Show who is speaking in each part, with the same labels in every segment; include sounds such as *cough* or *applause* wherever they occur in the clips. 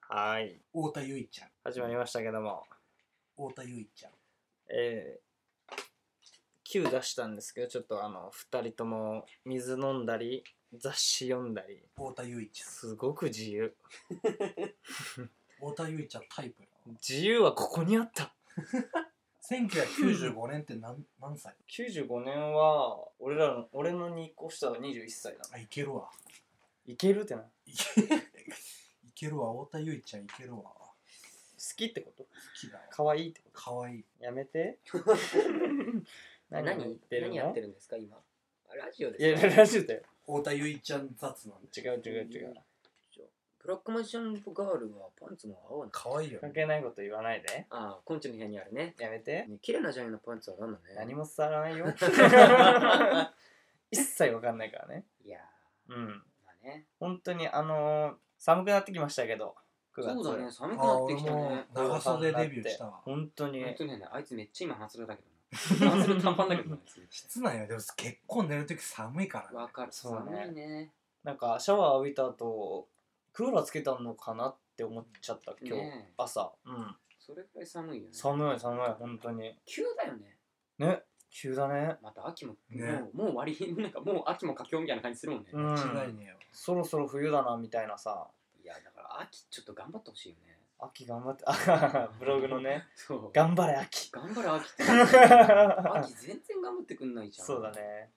Speaker 1: はい。
Speaker 2: 太田唯衣ちゃん。
Speaker 1: 始まりましたけども、
Speaker 2: 太田唯衣ちゃん。
Speaker 1: えー、9出したんですけど、ちょっとあの、二人とも水飲んだり、雑誌読んだり、
Speaker 2: 太田唯衣ちゃん。
Speaker 1: すごく自由。
Speaker 2: 太田唯衣ちゃんタイプなの。
Speaker 1: 自由はここにあった。
Speaker 2: 1995年って何 *laughs* 何歳
Speaker 1: 95年は、俺らの、俺の2個下は21歳だな。
Speaker 2: あ、いけるわ。
Speaker 1: いけるってな。好
Speaker 2: いけいけるわ。太田唯衣ちゃんいけるわ。好
Speaker 1: きってこと
Speaker 2: きだわ。
Speaker 1: 可愛いってこ
Speaker 2: かわいい。
Speaker 1: とやめ *laughs* て。
Speaker 3: 何
Speaker 1: 何言ってる
Speaker 3: 何やっ
Speaker 1: の
Speaker 3: てるんですか今ラジオ
Speaker 1: いや、
Speaker 3: ですか
Speaker 1: ラジオだよ。
Speaker 2: 太田唯衣ちゃん雑なんで。
Speaker 1: 違う違う違う。
Speaker 3: ブラックマジシャンガールはパンツも合わない
Speaker 2: かわいいよね
Speaker 1: 関。係ないこと言わないで。
Speaker 3: ああコンチの部屋にあるね
Speaker 1: やめて。
Speaker 3: ね綺麗なジャニーのパンツは何だね
Speaker 1: 何も伝わらない *laughs* よ。一切わかんないからね。
Speaker 3: いや
Speaker 1: うん。
Speaker 3: ーまあね
Speaker 1: 本当にあのー寒くなってきましたけど、9月。
Speaker 3: そうだね寒く
Speaker 2: あ
Speaker 3: な
Speaker 2: ー、
Speaker 3: って
Speaker 2: 俺
Speaker 3: きた
Speaker 2: も
Speaker 3: ね
Speaker 2: 長袖デビューしたわ。
Speaker 1: 本当に
Speaker 3: 本。当にねあいつめっちゃ今半袖だけど *laughs* な半袖短パンだけどなあいつ
Speaker 2: 室内はでも結構寝るとき寒いからね
Speaker 3: わ。かる
Speaker 1: そうね
Speaker 3: 寒いね
Speaker 1: なんかシャワー浴びた後、クーラーつけたのかなって思っちゃった、今日。
Speaker 3: ねえ
Speaker 1: 朝。うん。
Speaker 3: それくらい寒いよね
Speaker 1: 寒い寒い、本当に。
Speaker 3: 急だよね
Speaker 1: ね、急だね。
Speaker 3: また秋も
Speaker 2: ね
Speaker 3: もうもう終わり *laughs* なんかもう秋も佳境みたいな感じするもんね
Speaker 1: うん
Speaker 2: 間違いねえよ。
Speaker 1: そろそろ冬だな、みたいなさ。
Speaker 3: いやだから秋ちょっと頑張ってほしいよね
Speaker 1: 秋頑張って、あブログのね、
Speaker 3: *laughs* そう
Speaker 1: 頑張れ秋。
Speaker 3: 頑張れ秋っ
Speaker 1: *laughs*
Speaker 3: て秋全然頑張ってくんないじゃん
Speaker 1: そうだね。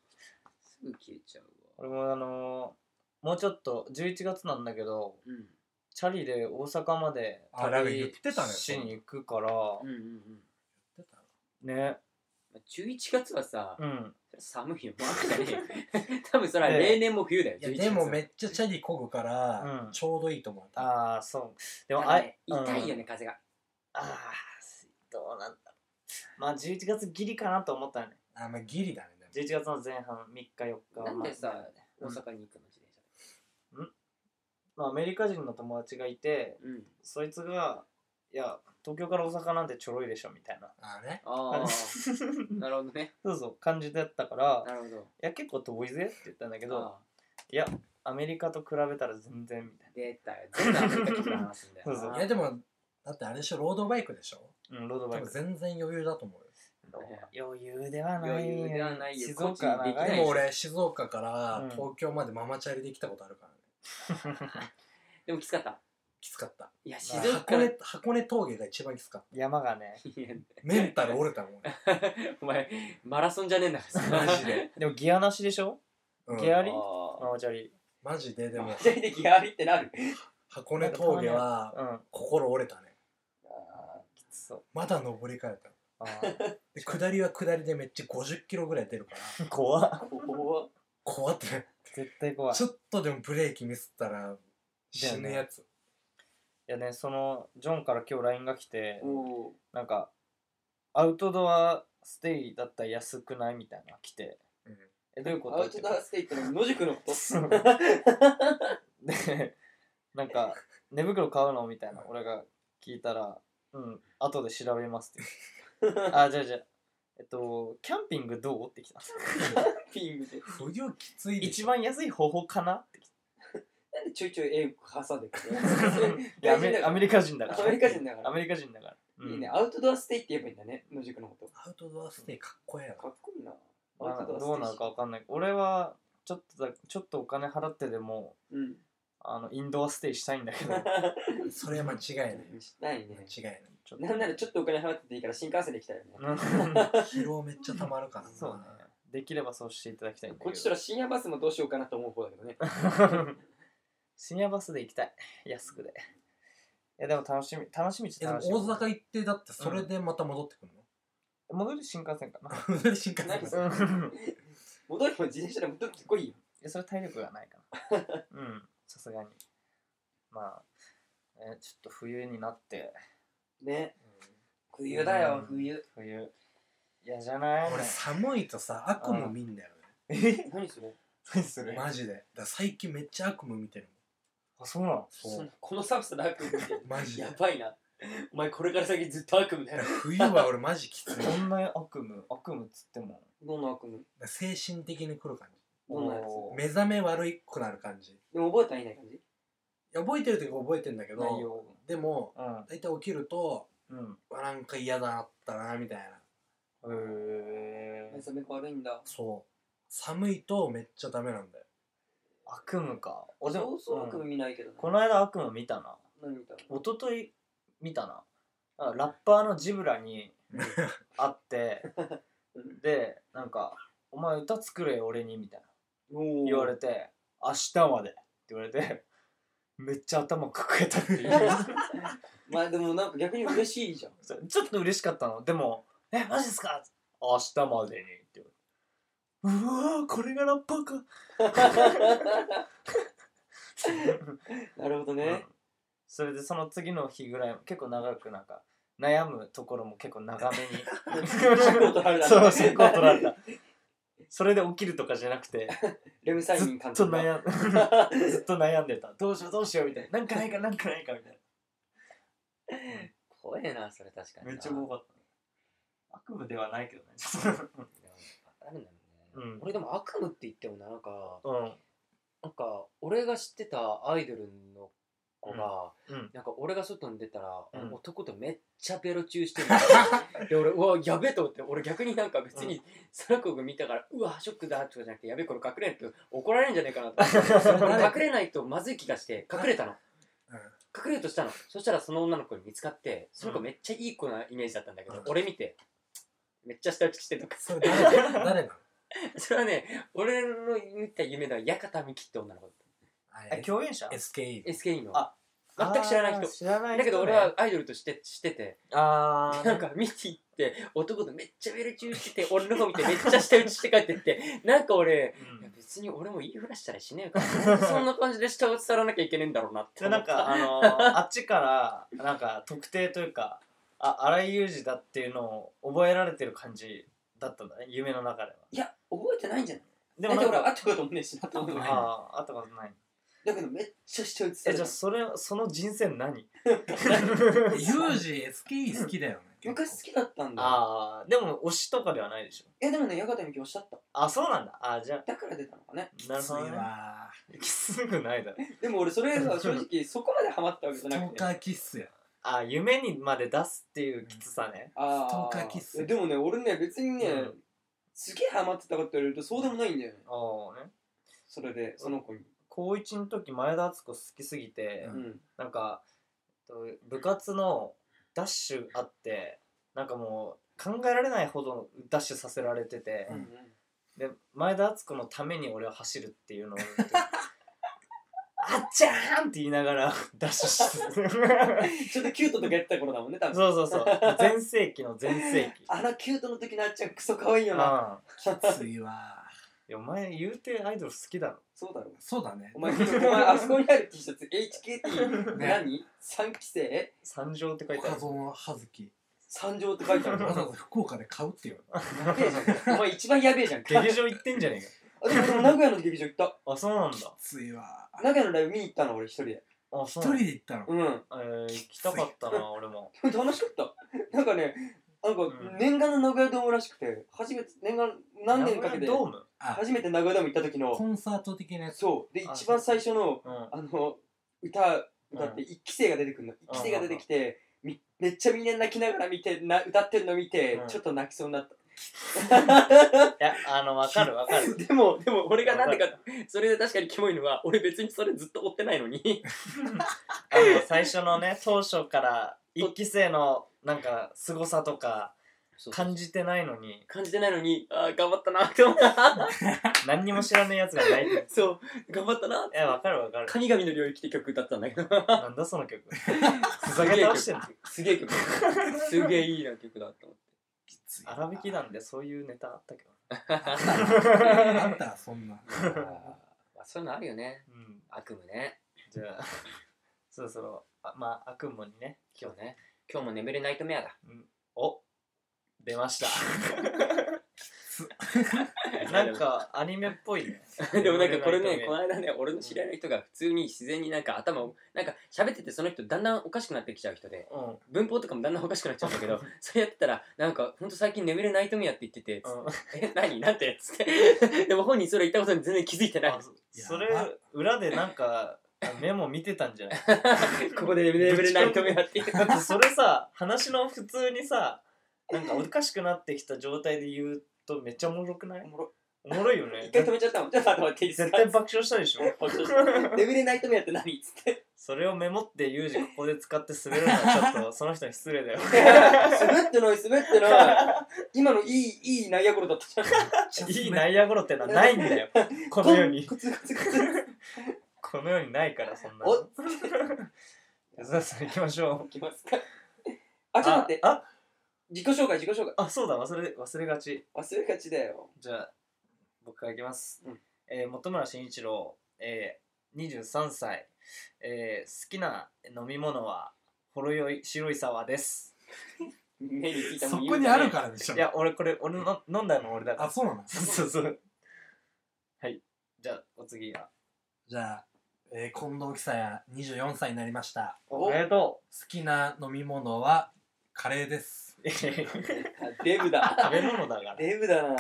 Speaker 3: すぐ消えちゃうわ
Speaker 1: 俺もあのーもうちょっと、11月なんだけど、
Speaker 3: うん
Speaker 1: チャリで大阪まで
Speaker 2: あなんか言ってたね
Speaker 1: しに行くから、
Speaker 3: うんうんうん
Speaker 1: ね、
Speaker 3: まあ11月はさ、
Speaker 1: うん。
Speaker 3: 寒いよ *laughs* もう秋だね多分それは
Speaker 1: ね
Speaker 3: 例年も冬だよ
Speaker 2: いや
Speaker 3: 11
Speaker 2: でもめ
Speaker 3: っ
Speaker 2: っちゃチャリこぐから、
Speaker 1: うん
Speaker 2: ちょうどいいと思う。
Speaker 1: ああ、そう。で
Speaker 3: ち
Speaker 1: も、あ、
Speaker 3: 痛い
Speaker 1: ね。
Speaker 3: よね風が
Speaker 1: ああ、どうなんだろう。まあ、11月ギリかなと思ったよね。
Speaker 2: あまあギリだね。でも
Speaker 1: 11月の前半、3日、4日は。
Speaker 3: なんでさ
Speaker 1: う
Speaker 3: 大
Speaker 1: ん
Speaker 3: 阪に行くの自転車
Speaker 1: まあ、アメリカ人の友達がいて、
Speaker 3: でうん
Speaker 1: そいつが、いや、東京から大阪なんてちょろいでしょ、みたい
Speaker 3: *laughs*
Speaker 1: な。
Speaker 2: あーね。
Speaker 1: *laughs*
Speaker 3: ああ
Speaker 1: そ
Speaker 3: なるほどね
Speaker 1: うそう、感じだったから、
Speaker 3: なるほど
Speaker 1: いや、結構遠いぜって言ったんだけど、
Speaker 3: ああ
Speaker 1: いや、アメリカと比べたら全然、みたい
Speaker 3: 出たよ全部アメリカ来た話すんだよな
Speaker 1: *laughs* そうそう
Speaker 2: いやでもだってあれでしょロードバイクでしょ。
Speaker 1: な。うん、ロード
Speaker 2: 多
Speaker 1: バイ
Speaker 2: 分
Speaker 1: ク。
Speaker 2: 全然余裕だと思うよ。
Speaker 1: 余裕ではないよ
Speaker 3: 余裕ではないよ
Speaker 1: 静岡は長い
Speaker 3: こっ
Speaker 2: でも
Speaker 3: ちにきない
Speaker 2: 俺静岡から
Speaker 1: うん
Speaker 2: 東京までママチャリで来たことあるからね。
Speaker 3: でもきつかった
Speaker 2: きつかった。
Speaker 3: いや静
Speaker 1: まあ
Speaker 3: 岡
Speaker 2: 箱
Speaker 3: から
Speaker 2: 根箱根峠が一番きつかっ
Speaker 1: 山がね
Speaker 3: いや
Speaker 1: *laughs*
Speaker 2: た。メンタル折れたもん。
Speaker 3: *laughs* お前マラソンじゃねえんだから
Speaker 2: マ
Speaker 1: *laughs*
Speaker 2: ジで。
Speaker 1: でもギアなしでしょ、
Speaker 2: うん
Speaker 1: ギア
Speaker 3: あ
Speaker 1: リ
Speaker 3: ー
Speaker 1: ママチャリ
Speaker 2: マジでで
Speaker 1: *laughs*
Speaker 3: *laughs*
Speaker 2: も
Speaker 3: マジでギアリってなる
Speaker 2: 箱根峠は
Speaker 1: うん
Speaker 2: 心折れたね。
Speaker 1: きつそう
Speaker 2: まだ登り返った。
Speaker 1: あー
Speaker 2: で下りは下りでめっちゃ50キロぐらい出
Speaker 1: *laughs*
Speaker 2: るから
Speaker 1: 怖っ
Speaker 3: *laughs* 怖っ
Speaker 2: 怖ってね
Speaker 1: 絶対怖い
Speaker 2: ちょっとでもブレーキミスったら死ぬやつ、
Speaker 1: いやねそのジョンから今日 LINE が来て
Speaker 3: おー
Speaker 1: なんかアウトドアステイだったら安くないみたいなの来て
Speaker 2: うん
Speaker 1: えどういうこと
Speaker 3: アウトドアステイってのは野宿の
Speaker 1: *laughs*
Speaker 3: こと
Speaker 1: そうでなんか寝袋買うのみたいな俺が聞いたら「うん後で調べます」って
Speaker 3: *laughs*
Speaker 1: 言うあじゃあじゃあえっとキャンピングどうって来た
Speaker 3: ピングで
Speaker 2: 冬きついでし
Speaker 1: 一
Speaker 2: ょ
Speaker 1: 番安い方法かなって来
Speaker 3: なんでちょいちょい英語挟んでくる
Speaker 1: たいやアメアメリカ人だから
Speaker 3: アメリカ人だから
Speaker 1: アメリカ人だから、うん
Speaker 3: いいね、アウトドアステイって言えばいいんだね、野宿のこと。
Speaker 2: アウトドアステイかっこええ
Speaker 3: かっこいいな。
Speaker 1: ま
Speaker 3: ア
Speaker 1: あ
Speaker 3: ウトドアステイ
Speaker 1: どうなのかわかんない俺はちょっとだちょっとお金払ってでも *laughs*
Speaker 3: うん。
Speaker 1: あのインドアステイしたいんだ
Speaker 3: *laughs*
Speaker 1: けど
Speaker 2: なそれは間違いない
Speaker 3: ないね。
Speaker 2: 間違いない
Speaker 1: ちょっ
Speaker 3: *laughs*
Speaker 1: と
Speaker 3: なんならちょっとお金払ってていいから新幹線で来たよね。
Speaker 1: うん
Speaker 2: 疲労めっちゃたまるからな
Speaker 1: そうねできればそうしていただきたいんだけど
Speaker 3: こっちと
Speaker 1: *laughs*
Speaker 3: ら深夜バスもどうしようかなと思う方だけどね。
Speaker 1: 深夜バスで行きたい安くでいやでも楽しみ楽しみっち
Speaker 2: え
Speaker 1: ゃ
Speaker 2: でも
Speaker 1: 楽しみ
Speaker 2: 大阪行ってだってそれでまた戻ってくる
Speaker 1: 戻り新幹線かな *laughs*
Speaker 2: の、それで *laughs* 新幹
Speaker 3: 何
Speaker 2: 線
Speaker 3: それ
Speaker 1: うん
Speaker 3: 戻りも自転車で戻ってこいよ。
Speaker 1: いやそれは体力がないか
Speaker 3: *laughs*
Speaker 1: なうんさすがにまあえーちょっと冬になって
Speaker 3: ね。冬だよ、
Speaker 1: うん
Speaker 3: 冬。
Speaker 1: 冬嫌じゃない
Speaker 2: 俺寒いとさ悪夢見んだよ
Speaker 1: え
Speaker 3: 何それ
Speaker 1: 何す
Speaker 2: ね
Speaker 1: る
Speaker 2: マジでだから最近めっちゃ悪夢見てる
Speaker 1: あそうなの
Speaker 2: もん
Speaker 3: そ
Speaker 2: そ
Speaker 3: ん
Speaker 2: う
Speaker 3: なこの寒さで悪夢みたいな
Speaker 2: マジで
Speaker 3: やばいな。お前これから先ずっと悪夢だ
Speaker 2: だか
Speaker 3: よ
Speaker 2: ら。冬は俺マジき
Speaker 1: *laughs*
Speaker 2: つい
Speaker 1: こんな悪夢悪夢っつっても
Speaker 3: どんな悪夢
Speaker 2: 精神的に来る感じ
Speaker 3: どんなやつ
Speaker 1: おー
Speaker 2: 目覚め悪いくなる感じ
Speaker 3: でも覚えたらいない感じ
Speaker 2: や覚えてる時は覚えてんだけ
Speaker 1: 内
Speaker 2: ど
Speaker 1: 容
Speaker 2: でも
Speaker 1: うん
Speaker 2: 大体起きると
Speaker 1: うん
Speaker 2: あなんか嫌だったなみたいな
Speaker 1: へえ
Speaker 3: 目覚めが悪いんだ。
Speaker 2: そう寒いとめっちゃダメなんだよ
Speaker 1: 悪夢か
Speaker 3: 俺
Speaker 1: 俺でも
Speaker 3: そう悪
Speaker 1: うん
Speaker 3: 夢見ないけどね。
Speaker 1: この間悪夢見たな
Speaker 3: 何見たの
Speaker 1: 一昨日見たなあラッパーのジブラに会ってでなんか「お前歌作れよ俺に」みたいな言われて「明日まで」って言われてめっちゃ頭抱えたっていう
Speaker 3: まあでもなんか逆に嬉しいじゃん。
Speaker 1: そうちょっと嬉しかったのでも「えマジですか?」明日までに」って言われてうわーこれがラッパーか *laughs*
Speaker 3: なるほどね。
Speaker 1: それでその次の日ぐらい結構長くなんか悩むところも結構長めに *laughs*
Speaker 3: 取られた
Speaker 1: そうそうこう取られたそれで起きるとかじゃなくて
Speaker 3: レムサイ
Speaker 1: ず
Speaker 3: ミン監
Speaker 1: っと
Speaker 3: 督が。
Speaker 1: 悩んずっと悩ん *laughs* でたどうしようどうしようみたいななんかないかなんかないかみたい
Speaker 3: 怖えな、それ確かに
Speaker 1: な
Speaker 3: な。
Speaker 1: めっちゃ怖かった悪夢ではないけどねちょっ
Speaker 3: いやあるんだろうね
Speaker 1: うん
Speaker 3: 俺でも悪夢って言ってもなんか
Speaker 1: と *laughs* うん
Speaker 3: なんか俺が知ってたアイドルの子が、
Speaker 1: うん *laughs*
Speaker 3: なんか俺が外に出たら、
Speaker 1: うん
Speaker 3: 男とめっちゃベロ中
Speaker 1: *laughs*
Speaker 3: してるで俺うわやべえと思って俺逆になんか別にその子が見たからうわショックだとかじゃなくてやべえこれ隠れんと怒られるんじゃねえかな
Speaker 1: *laughs*
Speaker 3: と思って俺隠れないとまずい気がして隠れたの
Speaker 2: う
Speaker 3: 隠れるとしたのそしたらその女の子に見つかってその子めっちゃいい子なイメージだったんだけど、
Speaker 2: うん
Speaker 3: 俺見てめっちゃ下打ちしてるとか
Speaker 2: んそれ誰誰なの
Speaker 3: *laughs* それはね、俺の見た夢のは館美希って女の子だっ
Speaker 2: あ
Speaker 1: え共演者
Speaker 2: SKE
Speaker 3: た。SKE の。
Speaker 1: あ
Speaker 3: 全く知らない人
Speaker 1: あー知らない人ね
Speaker 3: だけど俺はアイドルとして知ってて、
Speaker 1: あー
Speaker 3: なん
Speaker 1: *laughs*
Speaker 3: か見て行って、男とめっちゃベル中してて、俺の方見てめっちゃ下打ちして帰ってって、 *laughs* なんか俺、
Speaker 1: うん
Speaker 3: いや別に俺も言いふらしたりしねえから、そんな感じで下を伝わらなきゃいけねえんだろうなって
Speaker 1: で
Speaker 3: 思
Speaker 1: な
Speaker 3: っ
Speaker 1: ん
Speaker 3: た。
Speaker 1: かあの
Speaker 3: *laughs*
Speaker 1: ーあっちからなんか特定というかあ荒井雄二だっていうのを覚えられてる感じだったんだね夢の中ではい
Speaker 3: や、覚えてないんじゃない
Speaker 1: で
Speaker 3: だって
Speaker 1: なん
Speaker 3: 俺
Speaker 1: か
Speaker 3: 会ったこともねえし、会ったこともない。
Speaker 1: あああったことない
Speaker 3: だけどめっちゃ下打ちさ
Speaker 1: え
Speaker 3: れ
Speaker 1: じゃ
Speaker 3: た
Speaker 1: あ。それその人生
Speaker 3: *laughs*
Speaker 1: 何
Speaker 2: ユージ SKE 好きだよね
Speaker 3: 昔好きだったんだ。
Speaker 1: ああでも推しとかではないでしょ
Speaker 3: いやでもね、館美希おっしゃった。
Speaker 1: あそうなんだあーじゃ
Speaker 3: だから出たのかね。
Speaker 1: あなる
Speaker 2: きつい
Speaker 1: ほどねきつ
Speaker 2: わ
Speaker 1: くないだろ
Speaker 3: でも俺それが正直そこまでハマったわけじ
Speaker 2: ス
Speaker 3: ゃ
Speaker 2: ト
Speaker 3: なく
Speaker 2: ー
Speaker 3: て。
Speaker 2: カーキッスや
Speaker 1: あー夢にまで出すっていうきつさね、
Speaker 3: あ
Speaker 2: ストーカーキッス
Speaker 3: いやでもね俺ね別にね、
Speaker 1: うん
Speaker 3: すげえハマってたかって言われるとそうでもないんだよね
Speaker 1: ああね
Speaker 3: それでその子に
Speaker 1: 高1の時前田敦子好きすぎて、
Speaker 2: う
Speaker 3: うんん
Speaker 1: なんかえっと部活のダッシュあってなんかもう考えられないほどダッシュさせられてて、
Speaker 2: うん
Speaker 1: で前田敦子のために俺は走るっていうのを *laughs* あっちゃーんって言いながら *laughs* ダッシュして
Speaker 3: ちょっとキュートとかやってた頃だもんね多分
Speaker 1: *laughs* そうそうそう全盛期の全盛期
Speaker 3: あのキュートの時のあっちゃんクソ可愛いよ
Speaker 1: あ
Speaker 3: な
Speaker 1: あ
Speaker 2: きついわ
Speaker 1: いやお前言うてアイドル好きだろ
Speaker 3: そうだろ
Speaker 2: そうだね
Speaker 3: お前お前あそこにある T シャツ HKT
Speaker 2: ね
Speaker 3: 何 ?3 期生
Speaker 1: 三条って書いてあ
Speaker 2: 岡
Speaker 1: る
Speaker 2: 園葉月
Speaker 3: 三条って書いてあ
Speaker 1: *laughs*
Speaker 2: わ
Speaker 3: る
Speaker 2: ざ
Speaker 3: の
Speaker 2: わざ福岡で買うってよ
Speaker 3: やべえじゃんお前一番やべえじゃんか
Speaker 1: 劇場行ってんじゃねえ
Speaker 3: あでも俺も名古屋の劇場行った
Speaker 1: かあそうなんだ
Speaker 2: きついわ
Speaker 3: 名古屋のライブ見に行ったの俺一人で
Speaker 1: あ
Speaker 2: 一
Speaker 1: そうなんだ
Speaker 2: 人で行ったの
Speaker 3: うん
Speaker 1: えー、行きたかったな俺も
Speaker 3: 楽しかったなんかねなんか
Speaker 1: うん
Speaker 3: 念願の名古屋ドームらしくて初めて念願何年かけて
Speaker 1: 名古屋ドーム
Speaker 2: あ
Speaker 3: 初めて名古屋ドーム行った時の
Speaker 2: コンサート的なやつ
Speaker 3: そうで
Speaker 1: あ
Speaker 3: 一番最初の
Speaker 1: うん
Speaker 3: あの歌歌って一期生が出てくるの一期生が出てきてみめっちゃみんな泣きながら見てな歌ってるの見て
Speaker 1: うん
Speaker 3: ちょっと泣きそうになった
Speaker 1: いや、あの、わかるわかる。
Speaker 3: でもでも俺がなんでかそれで確かにキモいのは俺別にそれずっと追ってないのに
Speaker 1: あの、最初のね、当初から、一期生の、なんか、凄さとか、感じてないのに、
Speaker 3: 感じてないのにああ頑張ったなって思った
Speaker 1: 何にも知らないやつがない。い
Speaker 3: そう頑張ったなって
Speaker 1: や、わかるわかる。
Speaker 3: 神々の領域って曲歌ってたんだけど
Speaker 1: なんだその曲。ふざけ倒してんの。
Speaker 3: *laughs* すげえ曲。すげえいいな曲だと思っ *laughs*
Speaker 2: きついわ
Speaker 1: 荒引きなんで、そういうネタあったけど。
Speaker 2: *laughs* あったそんな
Speaker 3: て。まあ、そういうのあるよね。
Speaker 1: うん。
Speaker 3: 悪夢ね。
Speaker 1: じゃあ、そろそろ、あまあ、悪夢にね、
Speaker 3: 今日ね。今日も眠れないとメアだ。
Speaker 1: お出ました。
Speaker 3: *laughs*
Speaker 1: なん、か、アニメっぽいね。
Speaker 3: でもなんかこれね、この
Speaker 1: の
Speaker 3: 間ね、俺の知り合いの人が普通に自然になんか頭を、なんか喋っててその人だんだんおかしくなってきちゃう人で、
Speaker 1: うん。
Speaker 3: 文法とかもだんだんおかしくなっちゃうんだけ *laughs* ど、それやってたら、なんかほんと最近眠れないとメアって言ってて、
Speaker 1: うん
Speaker 3: え、何なんてつって。でも本人それ言ったことに全然気づいてない
Speaker 1: あ。そそれ裏でなんかメモ見てたんじゃない
Speaker 3: ここで眠れ眠れないとめやって
Speaker 1: *laughs* だってそれさ話の普通にさなんかおかしくなってきた状態で言うとめっちゃおもろくない
Speaker 3: おもろ
Speaker 1: おもろいよね
Speaker 3: *laughs* 一回止めちゃったもんちょっと待って待っていいです
Speaker 1: 絶
Speaker 3: か
Speaker 1: 対爆笑したでしょ
Speaker 3: 爆笑した眠れないとめやって何っつって
Speaker 1: それをメモってユージここで使って滑るのはちょっとその人に失
Speaker 3: *laughs*
Speaker 1: 礼だよ
Speaker 3: 滑ってない滑 *laughs* ってない今のいいいい内野ゴロだったじゃん *laughs*
Speaker 1: いい内野ゴロってのはないんだよこの世に
Speaker 3: コツコツコツ
Speaker 1: この世にないからそんな
Speaker 3: お
Speaker 1: の *laughs* 安田さん行きましょう
Speaker 3: いきますかあちょっと待って
Speaker 1: あ
Speaker 3: 自己紹介自己紹介
Speaker 1: ああそうだ忘れ忘れがち
Speaker 3: 忘れがちだよ
Speaker 1: じゃあ僕からいきます、
Speaker 3: うん
Speaker 1: えー本村慎一郎、えー、23歳、えー好きな飲み物はほろ酔い白い沢です
Speaker 3: 目に聞いた
Speaker 2: そ
Speaker 3: もん
Speaker 2: こにある
Speaker 3: ら
Speaker 2: からでしょ
Speaker 1: いや俺これ俺の飲んだの俺だか
Speaker 2: あ
Speaker 1: ら
Speaker 2: そうなの
Speaker 1: そうそうそうはいじゃあお次は
Speaker 2: じゃあ、えー、近藤貴也24歳になりました
Speaker 1: おめでと
Speaker 2: 好きな飲み物はカレーです
Speaker 1: う食
Speaker 3: デブ
Speaker 1: *laughs*
Speaker 3: だ
Speaker 1: べ物だか
Speaker 3: *laughs*
Speaker 1: ら
Speaker 3: デブだな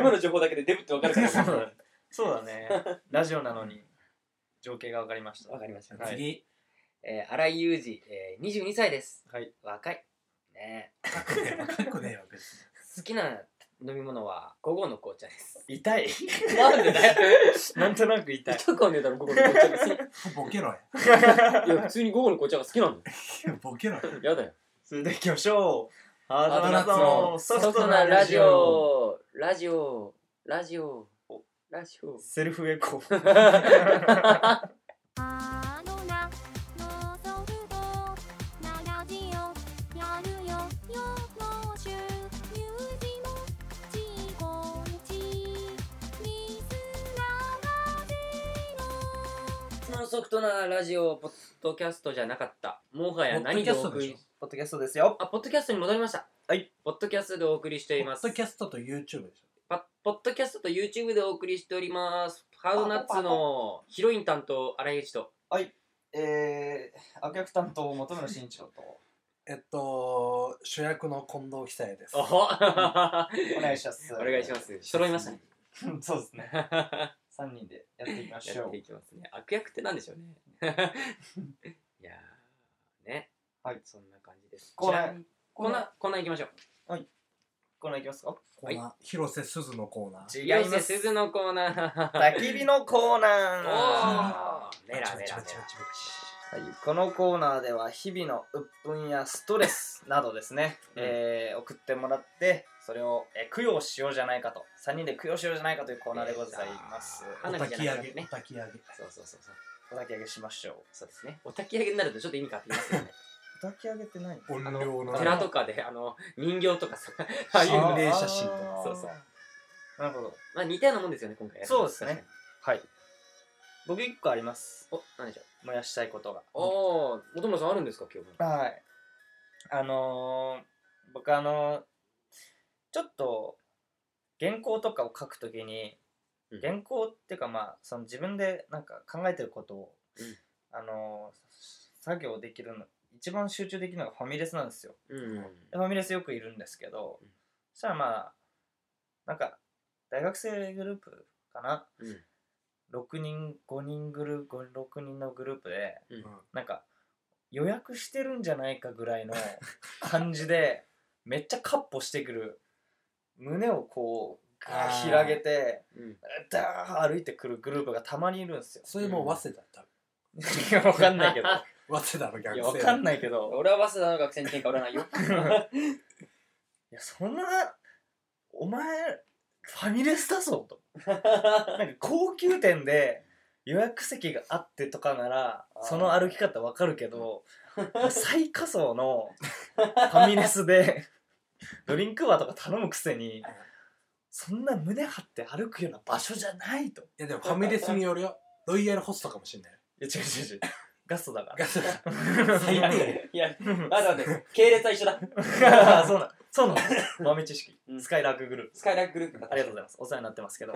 Speaker 3: 今の情報だけでデブってわかるから
Speaker 1: そうだそうだねラジオなのに情景が分かりました
Speaker 3: わかりました
Speaker 1: はい
Speaker 2: 次
Speaker 3: えー、新井裕二、えー、22歳です。
Speaker 1: はい。
Speaker 3: 若い。ね
Speaker 2: かっこねえわかっこねえわ別に
Speaker 3: え好きな飲み物は午後の紅茶です。
Speaker 1: 痛い
Speaker 3: なんでだ *laughs* よ。
Speaker 1: なんとなく痛い
Speaker 3: 痛くはねえだろ、午後の紅茶別に。 *laughs*
Speaker 2: ボケろや
Speaker 3: いや、普通に午後の紅茶が好きなの。
Speaker 2: ボケろや
Speaker 3: やだよ。
Speaker 1: それでは行きましょうハードナッツのソ
Speaker 3: ソ
Speaker 1: フ
Speaker 3: フト
Speaker 1: ト
Speaker 3: な
Speaker 1: な
Speaker 3: ラ
Speaker 1: ラ
Speaker 3: ジ
Speaker 1: ジオ
Speaker 3: オ、ラジオ、ラジオ、ラジオ。
Speaker 1: セルフエコー
Speaker 4: あのなのソフトなラジオやるよよもしゅミュージもちいこちリスナーが
Speaker 3: のソフトなラジオ、ポッドキャストじゃなかった。もはや
Speaker 2: ポッド
Speaker 3: 何
Speaker 2: キ
Speaker 3: で
Speaker 2: ャ
Speaker 3: お
Speaker 2: スト
Speaker 3: 送
Speaker 2: でしょ
Speaker 3: り
Speaker 1: ポッドキャストですよ
Speaker 3: あ、ポッドキャストに戻りました。
Speaker 1: はい。
Speaker 3: ポッドキャストでお送りしてい
Speaker 2: ポ
Speaker 3: ま
Speaker 2: ッ
Speaker 3: す
Speaker 2: ド。キャストと YouTube でしょ
Speaker 3: パポッドキャストと YouTube でお送りしております。ハードナッツのヒロイン担当、荒井内と。
Speaker 1: *laughs* えー、悪役担当本村慎一郎と
Speaker 2: えっと主役の近藤久也です
Speaker 3: おほお
Speaker 1: お願いします
Speaker 3: 願いします。揃いましたね。
Speaker 1: ます *laughs* そうですね
Speaker 3: や
Speaker 1: 3人でやっていき
Speaker 3: *laughs*
Speaker 1: ましょ
Speaker 3: っ
Speaker 1: う
Speaker 3: ていきますね。悪役ってなんでしょ
Speaker 2: *laughs*
Speaker 3: うね。いやー、ね。
Speaker 1: はい
Speaker 3: そんな感じです。
Speaker 1: コーナー
Speaker 3: じゃあコーナー、コーナー行きましょう。
Speaker 1: コーナーいきますか
Speaker 2: コーナー広瀬すずのコーナー
Speaker 1: 違
Speaker 3: 広瀬すずのコーナー。
Speaker 1: 焚き火のコーナ
Speaker 3: おー
Speaker 1: ー
Speaker 3: メラメラメラ。
Speaker 1: はい、このコーナーでは日々の鬱憤やストレスなどですね、
Speaker 3: うん
Speaker 1: えー送ってもらってそれを、えー供養しようじゃないかと3人で供養しようじゃないかというコーナーでございます
Speaker 3: えー
Speaker 2: お
Speaker 3: 花
Speaker 2: 焚
Speaker 3: 火
Speaker 2: き
Speaker 3: じ
Speaker 2: 上
Speaker 3: ゃなく
Speaker 2: げ
Speaker 3: てね
Speaker 2: お焚き上げ
Speaker 3: そうそうそうそう。
Speaker 1: お焚き上げしましょう
Speaker 3: そうですね。お焚き上げになるとちょっと意味変わってきますよね。
Speaker 1: お焚き上げって何
Speaker 2: 音量の
Speaker 1: あ
Speaker 3: 寺とかであの人形とかさ *laughs* ああいう
Speaker 2: 心
Speaker 3: の
Speaker 2: 霊
Speaker 3: ね
Speaker 2: 写真と
Speaker 1: あー
Speaker 3: そうそう
Speaker 1: なるほど
Speaker 3: まあ似たようなもんですよね今回
Speaker 1: そうですねはい僕1個あります
Speaker 3: おなんでしょう
Speaker 1: 燃やしたいことが
Speaker 3: おお本村さんあるんですか今日
Speaker 1: *laughs*
Speaker 3: も
Speaker 1: はいあのー、僕あのー、ちょっと原稿とかを書くときに
Speaker 3: うん
Speaker 1: 原稿っていうかまあその自分でなんか考えてることを、
Speaker 3: うん
Speaker 1: あのー、作業できるの一番集中できるのがファミレスなんですよ
Speaker 3: うん
Speaker 1: でファミレスよくいるんですけど、
Speaker 3: うん
Speaker 1: そしたらまあなんか大学生グループかな
Speaker 3: うん
Speaker 1: 6人5人グループ6人のグループで
Speaker 3: うん
Speaker 1: なんか予約してるんじゃないかぐらいの感じ
Speaker 3: *laughs*
Speaker 1: でめっちゃカッポしてくる胸をこうガーッ開げて
Speaker 3: うん
Speaker 1: ダーッ歩いてくるグループがたまにいるんですよ *laughs*
Speaker 2: それもう早稲田多
Speaker 1: いやわかんないけど
Speaker 2: 分早稲田の
Speaker 1: いや
Speaker 2: 学
Speaker 1: わ
Speaker 2: 生
Speaker 1: かんないけど
Speaker 3: 俺は早稲田の学生に喧嘩売らないよ
Speaker 1: いやそんなお前ファミレスだぞ *laughs* となんか高級店で予約席があってとかなら
Speaker 3: あー
Speaker 1: その歩き方わかるけど最下層のファミレスでドリンクバーとか頼むくせにそんな胸張って歩くような場所じゃないとい
Speaker 2: いやでもファミレスによるよロイヤルホストかもしれないよ
Speaker 1: や違う違う違うガストだか
Speaker 2: ガスト
Speaker 1: ら
Speaker 2: 最低
Speaker 3: *laughs* いや
Speaker 1: うん
Speaker 3: まだね系列は一緒だ
Speaker 1: あ *laughs* ーそうなんそうなんです豆知識
Speaker 3: うん
Speaker 1: スカイラークグループ
Speaker 3: スカイラックグループだ
Speaker 1: ありがとうございますお世話になってますけど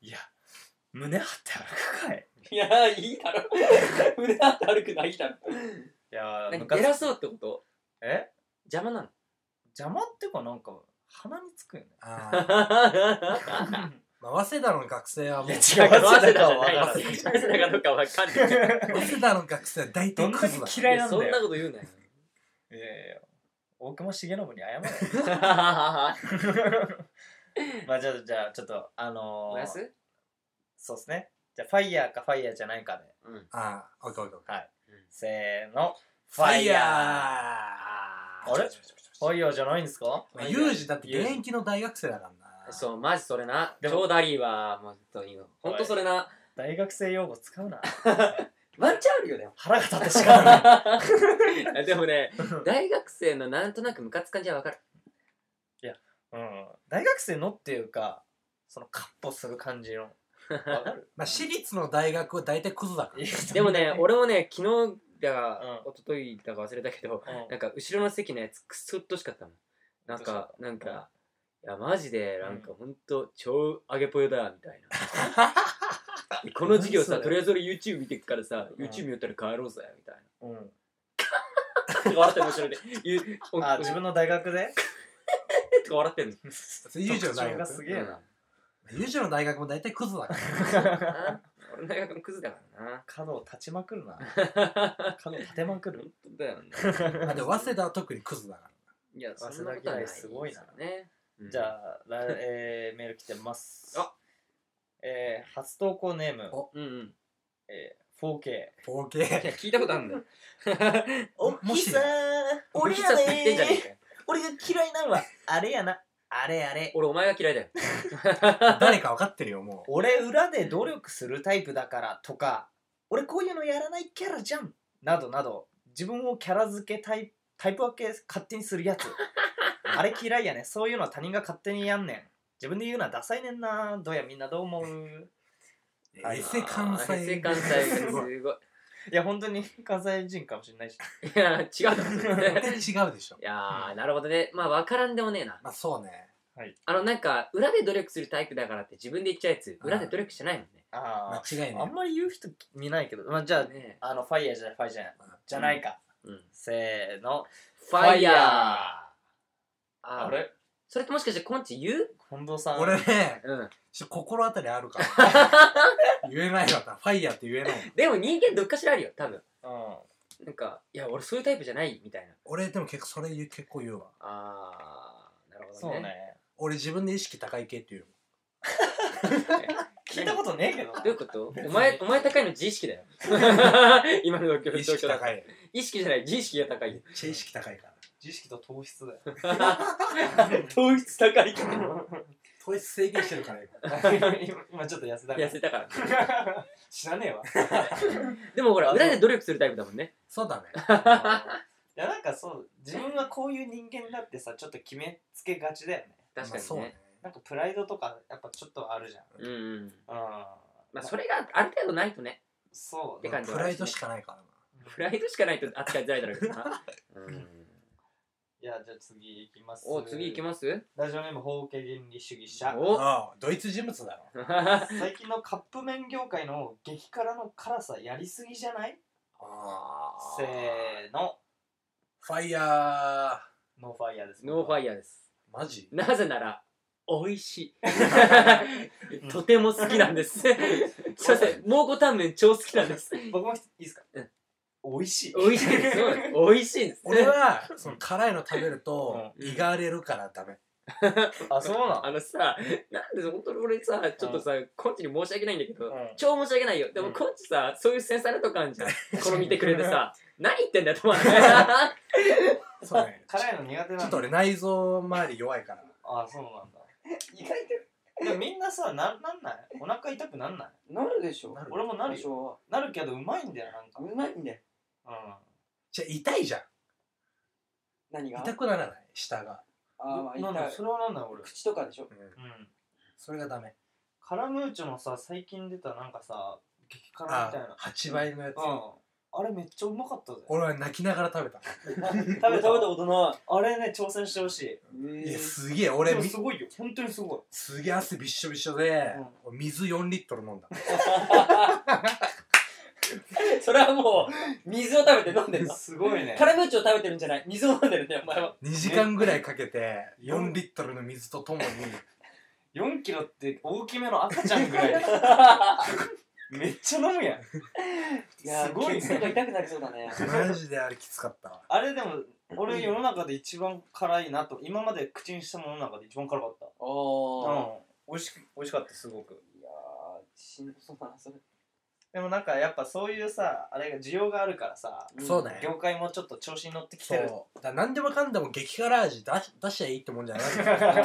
Speaker 1: いや胸張って歩くかい
Speaker 3: いやいいだろ腕あって歩くのはいいだろ
Speaker 1: いやー
Speaker 3: 何
Speaker 1: ムカつ
Speaker 3: 偉そうってこと
Speaker 1: え
Speaker 3: 邪魔なの
Speaker 1: 邪魔っていうかなんか鼻につくよね
Speaker 2: あー
Speaker 3: あ
Speaker 2: ままあ早稲田の学生はも
Speaker 1: い
Speaker 2: う
Speaker 1: や違う
Speaker 3: *laughs* 早稲田じゃない
Speaker 1: 早稲
Speaker 3: 早稲田かどうかわかん *laughs* ない
Speaker 2: 早稲田の学生は
Speaker 1: ど
Speaker 2: 大体
Speaker 1: んだ
Speaker 2: クズだ
Speaker 1: け嫌いなん
Speaker 3: そ
Speaker 1: だ
Speaker 3: んな
Speaker 1: よ
Speaker 3: こと言うなよ
Speaker 1: いやいやいや大隈重信に謝れまあじゃあじゃあちょっとあの
Speaker 3: お
Speaker 1: ー
Speaker 3: やす
Speaker 1: そうですねじゃあファイヤーかファイヤーじゃないかで
Speaker 3: うん
Speaker 2: ああオッケーオッケーオッケー
Speaker 1: せーの
Speaker 2: ファイヤー
Speaker 1: あれファイヤーじゃないんですか
Speaker 2: まあユージだって現役の大学生だからな
Speaker 3: そうマジそれな
Speaker 1: で
Speaker 3: ジ
Speaker 1: も
Speaker 3: ョーダリーはもう本当に本当それな
Speaker 1: 大学生用語使うな
Speaker 3: ワンチャンある
Speaker 1: *laughs*
Speaker 3: よね
Speaker 1: 腹が立ってしか
Speaker 3: *laughs*
Speaker 1: ない
Speaker 3: でもね大学生のなんとなくムカつく感じはわかる
Speaker 1: うん大学生のっていうかそのカッポする感じのわかる
Speaker 2: まあ私立の大学は大体クズだか
Speaker 1: い
Speaker 2: ら
Speaker 1: やそんな
Speaker 3: でもね俺もね昨日だか
Speaker 1: う
Speaker 3: 一昨日だか忘れたけど
Speaker 1: うん
Speaker 3: なんか後ろの席のやつくそっとしかったもんなんかなんかいやマジでなんかほんと超上げぽよだみたい
Speaker 1: *laughs*
Speaker 3: なこの授業さ
Speaker 1: 何それ
Speaker 3: とりあえず俺 YouTube 見てっからさ
Speaker 1: うん
Speaker 3: YouTube 見よったら帰ろうぜみたいな
Speaker 1: うん
Speaker 3: とか笑ってんの後
Speaker 1: *laughs*
Speaker 3: ろでゆお
Speaker 1: あ自分の大学
Speaker 3: *laughs*
Speaker 1: で
Speaker 3: とか笑ってんの
Speaker 2: れユージの大
Speaker 1: 特徴
Speaker 2: 学
Speaker 1: がすげえな
Speaker 2: ユージの大学も大体クズだから
Speaker 1: *laughs*
Speaker 3: な俺の大学もクズだからな
Speaker 1: 角を立ちまくるな
Speaker 3: 本
Speaker 1: 角を立てまくる
Speaker 3: 当だよね
Speaker 2: まあでも早稲田は特にクズだから
Speaker 3: いやそんなことはな
Speaker 1: 早稲田嫌
Speaker 3: い
Speaker 1: いすご
Speaker 3: ね
Speaker 1: じゃあ、らえーメール来てます
Speaker 3: あ
Speaker 1: えー初投稿ネーム
Speaker 2: お
Speaker 3: うんうん
Speaker 1: えー 4K
Speaker 2: ボー
Speaker 3: い
Speaker 2: ケ
Speaker 3: や聞いたことあるんだ
Speaker 1: *laughs*
Speaker 3: よ *laughs*
Speaker 2: おっきいさー
Speaker 3: 俺さって言ってんじゃねえかよ
Speaker 1: 俺が嫌いなのはあれやなあれあれ
Speaker 3: 俺お前が嫌いだよ
Speaker 2: ー誰か分かってるよもう
Speaker 1: 俺裏で努力するタイプだからとか俺こういうのやらないキャラじゃんなどなど自分をキャラ付けタイプタイプ分け勝手にするやつあれ嫌いやねそういうのは他人が勝手にやんねん自分で言うのはダサいねんなどうやみんなどう思うあー
Speaker 2: エセ関
Speaker 3: あーエ
Speaker 2: 西
Speaker 3: セ関西すごい
Speaker 1: いや本当に関西人かもしれないし
Speaker 3: いや違うと思う
Speaker 2: 絶
Speaker 3: ね
Speaker 2: 対
Speaker 3: *laughs*
Speaker 2: 違うでしょ
Speaker 3: いやーなるほどねまあ分からんでもねえな
Speaker 2: まあそうね
Speaker 3: あのなんか裏で努力するタイプだからって自分で言っちゃうやつ裏で努力してないもんね
Speaker 1: あ
Speaker 2: 間違
Speaker 1: あ
Speaker 2: い
Speaker 1: あ
Speaker 2: ない
Speaker 1: んまり言う人見ないけど、まあ、じゃあ
Speaker 3: ね
Speaker 1: あのファイヤーじゃないファイヤーじゃないじゃないか、
Speaker 3: うん
Speaker 1: せーの
Speaker 3: ファ
Speaker 1: ファイ
Speaker 3: イヤー
Speaker 1: ヤー
Speaker 3: あーそれってもしかしてコンチ言う
Speaker 1: 近藤さん
Speaker 2: 俺ね
Speaker 3: うん
Speaker 2: ちょっと心当たりあるから言えないわファイヤーって言えないもん
Speaker 3: でも人間どっかしらあるよ多分
Speaker 1: うん
Speaker 3: なんかいや俺そういうタイプじゃないみたいな
Speaker 2: 俺でも結構それ言う結構言うわ
Speaker 3: あーなるほど
Speaker 1: そう
Speaker 3: ね
Speaker 1: ね
Speaker 2: 俺自分で意識高い系って言う
Speaker 3: *laughs*
Speaker 1: 聞いたことねえけど
Speaker 3: どういうことお前、お前高いの自意識だよ。今の状
Speaker 2: もん
Speaker 3: 況
Speaker 2: 意識
Speaker 3: だ
Speaker 2: 高い
Speaker 3: 意識じゃない、自意識が高い
Speaker 2: めっ。ちゃ意識高いから
Speaker 1: 知識と糖質だよ
Speaker 3: 糖質高い。
Speaker 2: 統一制限してるから今
Speaker 1: 今 *laughs* 今ちょっと痩せた
Speaker 3: 痩せたから。
Speaker 1: 知らねえ
Speaker 3: *laughs*
Speaker 1: わ
Speaker 3: でもほら、裏で努力するタイプだもんね。
Speaker 2: そうだね
Speaker 1: いやなんかそう自分はこういう人間だってさちょっと決めつけがちだよね
Speaker 3: 確か
Speaker 2: まあそう
Speaker 3: にね
Speaker 2: ね。
Speaker 1: なんかプライドとかやっぱちょっとあるじゃん
Speaker 3: うんうん。
Speaker 1: うん
Speaker 3: まあ、それがある程度ないとね、
Speaker 1: そう
Speaker 3: て感じ
Speaker 2: プライドしかないからな
Speaker 3: プライドしかないと扱いづらいだろうけ
Speaker 2: *laughs*
Speaker 3: どな。うん
Speaker 1: いやじゃあ次いきます
Speaker 3: お、次行きます
Speaker 1: ラジオネーム法家原理主義者
Speaker 3: お
Speaker 2: ああドイツ人物だろ
Speaker 1: 最近のカップ麺業界の激辛の辛さやりすぎじゃない
Speaker 3: *laughs*
Speaker 1: せーの
Speaker 2: ファイヤー
Speaker 1: ノーファイヤーです
Speaker 3: ノーファイヤーです。
Speaker 2: マジ
Speaker 3: なぜなら、美味しい。 *laughs* とても好きなんです。 *laughs* すいません、蒙古タンメン超好きなんです。
Speaker 1: 僕もいいですか
Speaker 3: う
Speaker 1: 美味しい
Speaker 3: 美味しいです。そうです美味しいです。
Speaker 1: *laughs*
Speaker 2: 俺はその辛いの食べると胃が荒れるからダメ
Speaker 1: あそうなの
Speaker 3: あのさ、なんで本当に俺さ、ちょっとさ、コンチに申し訳ないんだけど、
Speaker 1: うん
Speaker 3: 超申し訳ないよ。でも
Speaker 1: うん
Speaker 3: コンチさ、そういう繊細なとこあるじゃん。この見てくれてさ、何言ってんだよ、と思って。
Speaker 2: そうね
Speaker 1: 辛いの苦手
Speaker 2: ち
Speaker 1: な
Speaker 2: ょっ
Speaker 1: ん
Speaker 2: と
Speaker 1: だ
Speaker 2: 俺内臓周り弱いから
Speaker 1: あそうなんだ意外とでもみんなさなんなんないお腹痛くなんない
Speaker 5: なるでしょ
Speaker 2: なる
Speaker 1: 俺もなる
Speaker 5: し
Speaker 1: よ
Speaker 5: ょ
Speaker 1: なるけどうまいんだよなんか
Speaker 5: うまいんだよ
Speaker 1: う
Speaker 2: じゃあ痛いじゃん
Speaker 5: 何が
Speaker 2: 痛くならない下が、
Speaker 5: あーまあ
Speaker 1: んなんだろう
Speaker 5: 痛い
Speaker 1: それはなんだろう俺
Speaker 5: 口とかでしょ
Speaker 1: うん
Speaker 2: それがダメ
Speaker 1: カラムーチョのさ最近出たなんかさ激辛み
Speaker 2: あ
Speaker 1: たいな
Speaker 2: 8倍のやつ、
Speaker 1: うんあれめっちゃうまかったぜ
Speaker 2: 俺は泣きながら食べた、
Speaker 1: 食べ
Speaker 5: 食べ
Speaker 1: た
Speaker 5: たことな
Speaker 1: あれね挑戦してほしい
Speaker 5: い
Speaker 2: い
Speaker 5: え
Speaker 2: や
Speaker 5: ー
Speaker 2: すげえ俺
Speaker 1: でも
Speaker 2: み
Speaker 1: すごいよ本当にすごい
Speaker 2: すげえ汗びっしょびしょで
Speaker 1: うん、
Speaker 2: 俺水4リットル飲んだ
Speaker 5: それはもう水を食べて飲んでるの
Speaker 1: すごいね
Speaker 5: カラムーチョを食べてるんじゃない水を飲んでるんだよお前は
Speaker 2: 2時間ぐらいかけて4リットルの水とともに
Speaker 1: 4キロって大きめの赤ちゃんぐらいめっちゃ飲むやん
Speaker 5: いやー
Speaker 1: すごいね
Speaker 5: ケツとか痛くなりそうだね
Speaker 2: マジであれきつかったわ
Speaker 1: あれでも俺世の中で一番辛いなと今まで口にしたものの中で一番辛かった
Speaker 5: おー
Speaker 1: 美味しく美味しかったすごく
Speaker 5: いやーしんどそうだなそれ
Speaker 1: でもなんかやっぱそういうさあれが需要があるからさ
Speaker 2: そうだよ
Speaker 1: 業界もちょっと調子に乗ってきてる
Speaker 2: そうだから何でもかんでも激辛味出し出しちゃいいってもんじゃな い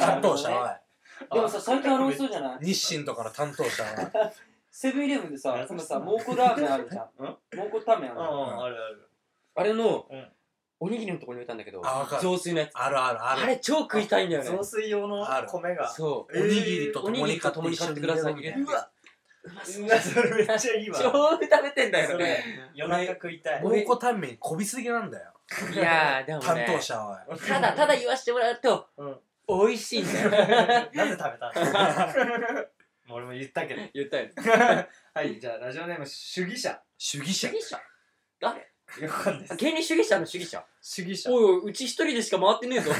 Speaker 1: *laughs*
Speaker 2: 担当者は
Speaker 5: でもさ最近あれ美味しそうじゃない
Speaker 2: 日清とかの担当者は
Speaker 5: セブンイレブンでさ
Speaker 1: うん
Speaker 5: 今さ蒙古ラーメンあるじゃん
Speaker 1: うん
Speaker 5: 蒙古タンメン
Speaker 1: う
Speaker 5: ある
Speaker 1: ん
Speaker 5: じゃん
Speaker 1: あるある
Speaker 3: *laughs* あれの
Speaker 1: うん
Speaker 3: おにぎりのとこに置いたんだけど
Speaker 2: あわかる
Speaker 3: 雑炊のやつ
Speaker 2: あるあるあ
Speaker 3: あ
Speaker 2: る
Speaker 3: れ超食いたいんだよね
Speaker 1: 雑炊用の
Speaker 2: ある
Speaker 1: 米が
Speaker 3: そう
Speaker 1: えー
Speaker 2: おにぎりとともに買
Speaker 3: おにぎりと共に買ってください
Speaker 2: 一緒に
Speaker 3: うわ
Speaker 1: うわそれめっちゃいいわ
Speaker 3: 超食べてんだよね
Speaker 1: 夜中食いたい
Speaker 2: 蒙古タンメンにこびすぎなんだよ
Speaker 3: いやーでも
Speaker 2: 担
Speaker 3: ね
Speaker 2: 当者は
Speaker 3: ただただ言わしてもらうと
Speaker 1: うん
Speaker 3: 美味しい
Speaker 1: *laughs*
Speaker 3: んだよ
Speaker 1: なぜ食べたの俺も言ったけど
Speaker 3: 言ったよ
Speaker 1: はいじゃあラジオネーム主義者
Speaker 2: 主義
Speaker 3: 主
Speaker 2: 者
Speaker 3: 義者誰
Speaker 1: よかんです
Speaker 3: 原理主義者の主義者
Speaker 1: 主義者
Speaker 3: おいおいうち一人でしか回ってねえぞ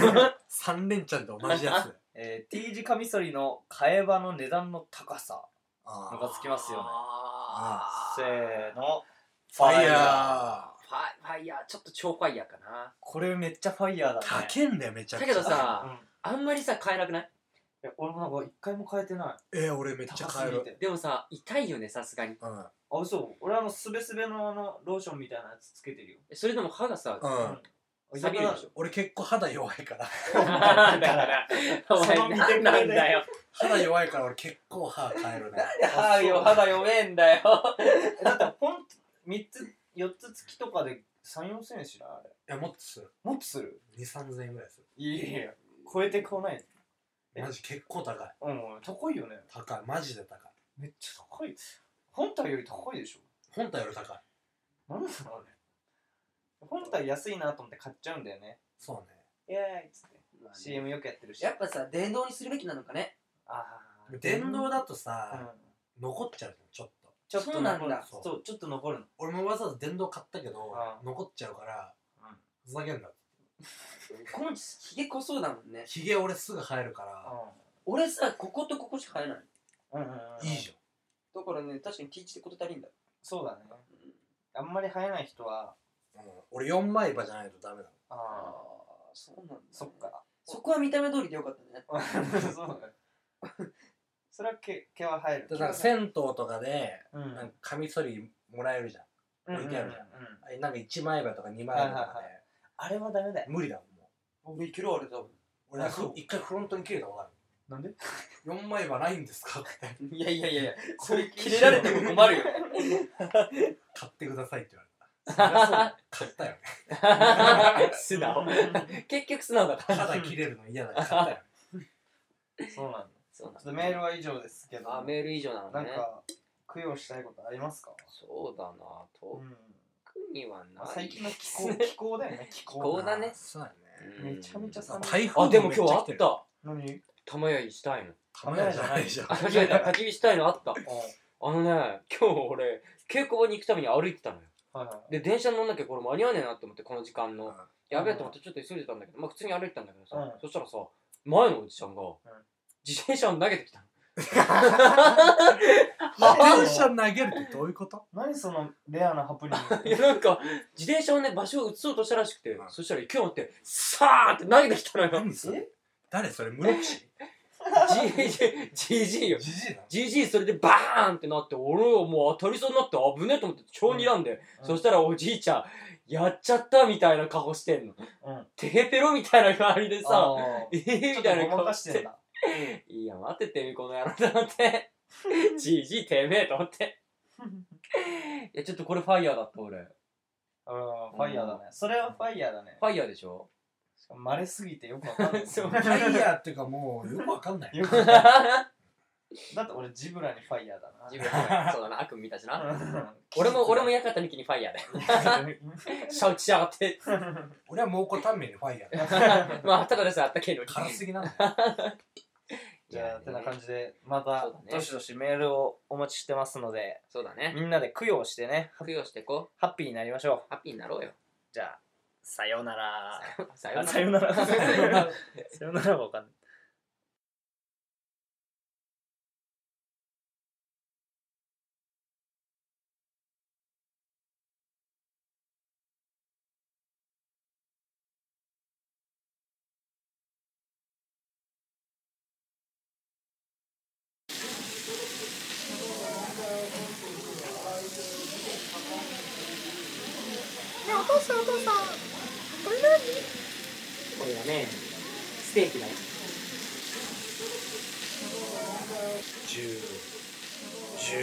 Speaker 2: 三連チャンと同じやつ
Speaker 1: えー、T 字カミソリの替え刃の値段の高さ
Speaker 2: あ
Speaker 1: ム
Speaker 2: ー
Speaker 1: カつきますよね
Speaker 3: あ
Speaker 1: せーの
Speaker 2: ファイヤ
Speaker 3: ファイファイヤーちょっと超ファイヤーかな
Speaker 1: これめっちゃファイヤーだ
Speaker 2: ー
Speaker 1: ね
Speaker 2: 高えんだよめちゃく
Speaker 3: だ
Speaker 2: ち
Speaker 3: けど
Speaker 2: ゃ
Speaker 1: う
Speaker 3: さ
Speaker 1: ん
Speaker 3: あんまりさ買えなくない
Speaker 1: いや俺もなんか一回も変えてない
Speaker 2: えー俺めっちゃ買
Speaker 1: 高す
Speaker 2: え
Speaker 1: ぎ
Speaker 2: る
Speaker 1: て
Speaker 3: でもさ痛いよねさすがに
Speaker 2: うんうん
Speaker 1: あ嘘俺あのスベスベのあのローションみたいなやつつけてるよ
Speaker 3: それでも歯がさ錆びるで
Speaker 1: *laughs*
Speaker 3: しょ
Speaker 2: 俺結構肌弱いから
Speaker 3: だから *laughs* お前
Speaker 1: その見てくれ
Speaker 3: 何なんだよ
Speaker 2: 肌弱いから俺結構歯変えるね
Speaker 5: あーよ肌読めんだよ
Speaker 1: えだってほん3つ4つ付きとかで34千円しないあれ
Speaker 2: いやもっとする
Speaker 1: もっとする
Speaker 2: 2 3千円ぐらいする
Speaker 1: いやいや超えてこないえ
Speaker 2: マジ結構高い
Speaker 1: うん高いよね
Speaker 2: 高いマジで高い
Speaker 1: めっちゃ高い本体より高いでし
Speaker 2: 本体より高い
Speaker 1: ょなんだろうね本体安いなと思って買っちゃうんだよね
Speaker 2: そうね
Speaker 1: イエーイっつって、CM よくやってるし
Speaker 5: やっぱさ電動にするべきなのかね
Speaker 1: あー
Speaker 2: 電動だと
Speaker 1: うん
Speaker 2: さ、残っちゃうじゃんちょっと
Speaker 1: ちょっと
Speaker 5: そうなん
Speaker 1: 残る
Speaker 5: だ
Speaker 1: そうちょっと残るの
Speaker 2: 俺もわざわざ電動買ったけど
Speaker 1: ああ
Speaker 2: 残っちゃうから
Speaker 1: うん
Speaker 2: ふざけんな
Speaker 5: このひげこそうだもんね
Speaker 2: ひげ俺すぐ生えるから
Speaker 5: 俺さこことここしか生えない
Speaker 1: うんうんうん
Speaker 2: いいじ
Speaker 5: だからね確かに T 字でこと足りんだ
Speaker 1: そうだねあんまり生えない人は
Speaker 2: ゃん、うん、俺4枚刃じゃないとダメなの
Speaker 1: あ
Speaker 5: あ
Speaker 1: あ
Speaker 5: そうなんだね
Speaker 1: そっか *laughs*
Speaker 5: そこは見た目通りでよかったね
Speaker 1: そうだねそれは毛毛は生える
Speaker 2: だから銭湯とかで
Speaker 1: うん
Speaker 2: なんかカミソリもらえるじゃん
Speaker 1: うんうんうん
Speaker 2: 置いてあるじゃんあれなんか1枚刃とか2枚刃とか
Speaker 1: はいはいあれはダメだよ
Speaker 2: で無理だもんも
Speaker 5: 俺いけるあれ多分
Speaker 2: う俺
Speaker 1: あそう
Speaker 2: 一回フロントに切れたことある
Speaker 1: なんで
Speaker 2: 4枚刃ないんですかって
Speaker 5: いやいやいやいや
Speaker 1: それ
Speaker 5: 切れられても困
Speaker 3: *laughs*
Speaker 5: るよ
Speaker 2: 買ってくださいって言われた
Speaker 1: そ
Speaker 2: 買ったよね
Speaker 3: 素直結局素直だから
Speaker 2: 肌切れるの嫌だから買ったよね
Speaker 1: うなんだ
Speaker 3: そう
Speaker 1: ちょっとメールは以上ですけど
Speaker 3: あメール以上なの
Speaker 1: なん
Speaker 3: ね
Speaker 1: か供養したいことありますか
Speaker 3: そうだな
Speaker 1: う
Speaker 3: 遠
Speaker 1: ん
Speaker 3: くにはない
Speaker 1: 最近の気候気候だよね気候
Speaker 3: こうだね
Speaker 2: そうだね
Speaker 3: うん
Speaker 1: めちゃめちゃ寒い
Speaker 2: 台風
Speaker 3: あでも今日
Speaker 2: め
Speaker 3: あっ
Speaker 2: ちゃ来てる
Speaker 3: た
Speaker 1: 何
Speaker 3: 玉やりしたいの
Speaker 2: カメラじゃないじゃん
Speaker 3: あ間違えた焚き火したいのあったあのね今日俺稽古場に行くために歩いてたのよ
Speaker 1: はいはい
Speaker 3: で電車に乗んなきゃこれ間に合わねえなって思ってこの時間
Speaker 2: う
Speaker 3: の
Speaker 2: ん
Speaker 3: やべえと思ってちょっと急いでたんだけどまあ普通に歩いてたんだけどさ、
Speaker 1: うん
Speaker 3: そしたらさ前のおじちゃんが、自転車を投げてきたの
Speaker 2: 自転車投げるってどういうこと
Speaker 1: 何そのレアなハプニン
Speaker 3: い
Speaker 1: グ
Speaker 3: やなんか自転車をね場所を移そうとしたらしくて、
Speaker 2: うん
Speaker 3: そしたら勢いを持ってさーって投げてきたの
Speaker 2: *laughs*
Speaker 3: よ
Speaker 2: 何それ誰それ室伏
Speaker 3: じじいよ
Speaker 2: ジジイなの
Speaker 3: じじいそれでバーンってなって俺はもう当たりそうになって危ねえと思って超睨んで、
Speaker 1: うん
Speaker 3: そしたらおじいちゃんやっちゃったみたいな顔してんの
Speaker 1: うん
Speaker 3: テヘペロみたいな感じでさ
Speaker 1: あー
Speaker 3: ええ
Speaker 1: ちょ
Speaker 3: み
Speaker 1: っと
Speaker 3: たいな
Speaker 1: ごま
Speaker 3: 顔
Speaker 1: かし
Speaker 3: し
Speaker 1: てん
Speaker 3: て
Speaker 1: だ
Speaker 3: いや待っててめこの野郎と思って
Speaker 1: *laughs*
Speaker 3: じじいてめえと思っていやちょっとこれファイヤーだった俺フ
Speaker 1: うんファイヤーだねそれはファイヤーだね
Speaker 3: ァイヤーでしょ
Speaker 1: しかもまれすぎてよくわかんない
Speaker 3: そう
Speaker 2: ファイヤーっていうかもうよくわかんない
Speaker 1: よくわかんないだって俺ジブラにファイヤーだな
Speaker 3: 自
Speaker 1: *laughs*
Speaker 3: 分のそうだな悪夢見たしな
Speaker 1: うん
Speaker 3: 俺も俺も館ミキにファイヤーでシャウチしやがって
Speaker 2: *laughs*
Speaker 1: *laughs*
Speaker 2: 俺は蒙古タンメンにファイヤーだ
Speaker 3: まあただでさえあったけえのに
Speaker 2: 辛すぎなんだよ
Speaker 1: じゃあてな感じでまた
Speaker 3: そうだね
Speaker 1: どしどしメールをお待ちしてますので
Speaker 3: そうだね
Speaker 1: みんなで供養してね
Speaker 3: 供養してこう
Speaker 1: ハッピーになりましょう
Speaker 3: ハッピーになろうよ
Speaker 1: じゃあさようなら *laughs*
Speaker 3: さ
Speaker 1: あさようならさようならわかんない
Speaker 5: だねステーキだね
Speaker 2: 十十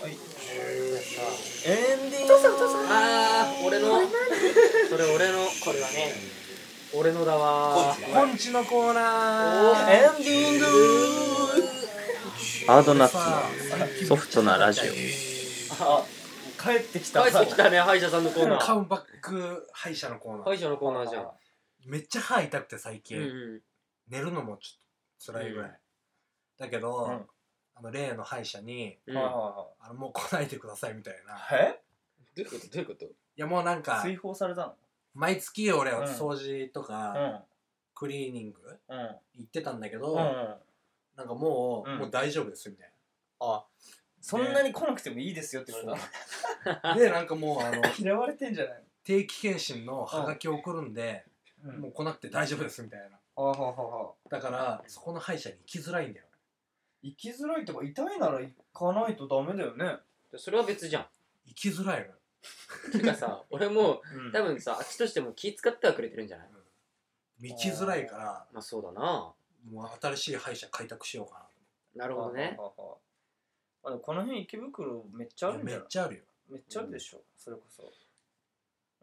Speaker 1: はい
Speaker 2: 十
Speaker 1: エンディング
Speaker 3: あー俺の *laughs* それ俺の
Speaker 5: これはね
Speaker 3: 俺のだわー
Speaker 2: ポンチのコーナー
Speaker 1: エンディング
Speaker 6: ハードナッツのソフトなラジ
Speaker 1: あ帰ってきた
Speaker 3: 返してきたね歯医者さんのコーナ
Speaker 2: カ
Speaker 3: ー
Speaker 2: ムバック歯医者のコーナ
Speaker 3: 歯
Speaker 2: ー
Speaker 3: 医者のコーナーじゃん
Speaker 2: めっちゃ歯痛くて最
Speaker 3: う
Speaker 2: 近、
Speaker 3: んうん
Speaker 2: 寝るのもちょっと辛いぐらい、だけど、
Speaker 1: うん
Speaker 2: あの例の歯医者に
Speaker 3: うん
Speaker 1: はいはい
Speaker 3: ど
Speaker 1: は
Speaker 2: あのもう来ないでくださいみたいない
Speaker 1: え
Speaker 3: ういうことどういうこと
Speaker 2: やもうなんか
Speaker 1: 追放されたの
Speaker 2: 毎月俺
Speaker 1: うん
Speaker 2: 掃除と
Speaker 1: う
Speaker 2: か
Speaker 1: ん
Speaker 2: クリーニング
Speaker 1: うん
Speaker 2: 行ってたんだけ
Speaker 1: う
Speaker 2: ど、
Speaker 1: んうん
Speaker 2: なんかもう、
Speaker 1: うん
Speaker 2: もう大丈夫ですみたい
Speaker 1: あそんなに来なくてもいいですよって言われ *laughs*
Speaker 2: なでなんかもうあの
Speaker 1: た嫌われてんじゃない
Speaker 2: 定期検診のハガキを送るんで、
Speaker 1: の
Speaker 2: もう来なくて大丈夫ですみたいな
Speaker 1: あははは
Speaker 2: だからそこの歯医者に行きづらいんだよ
Speaker 1: 行きづらいとか痛いなら行かないとダメだよね
Speaker 3: それは別じゃん
Speaker 2: 行きづらいのよ
Speaker 3: てか *laughs* さ俺も
Speaker 1: うん
Speaker 3: 多分さあっちとしても気使ってはくれてるんじゃない
Speaker 2: 行きづらいから
Speaker 3: まあそうだな
Speaker 2: もう新しい歯医者開拓しようか
Speaker 3: なるほどね
Speaker 1: はははあでもこの辺池袋めっちゃ
Speaker 2: な
Speaker 1: あるん
Speaker 2: め
Speaker 1: じゃ
Speaker 2: っ
Speaker 1: ない
Speaker 2: ちゃあるよ
Speaker 1: めっちゃあるでしょそれこそ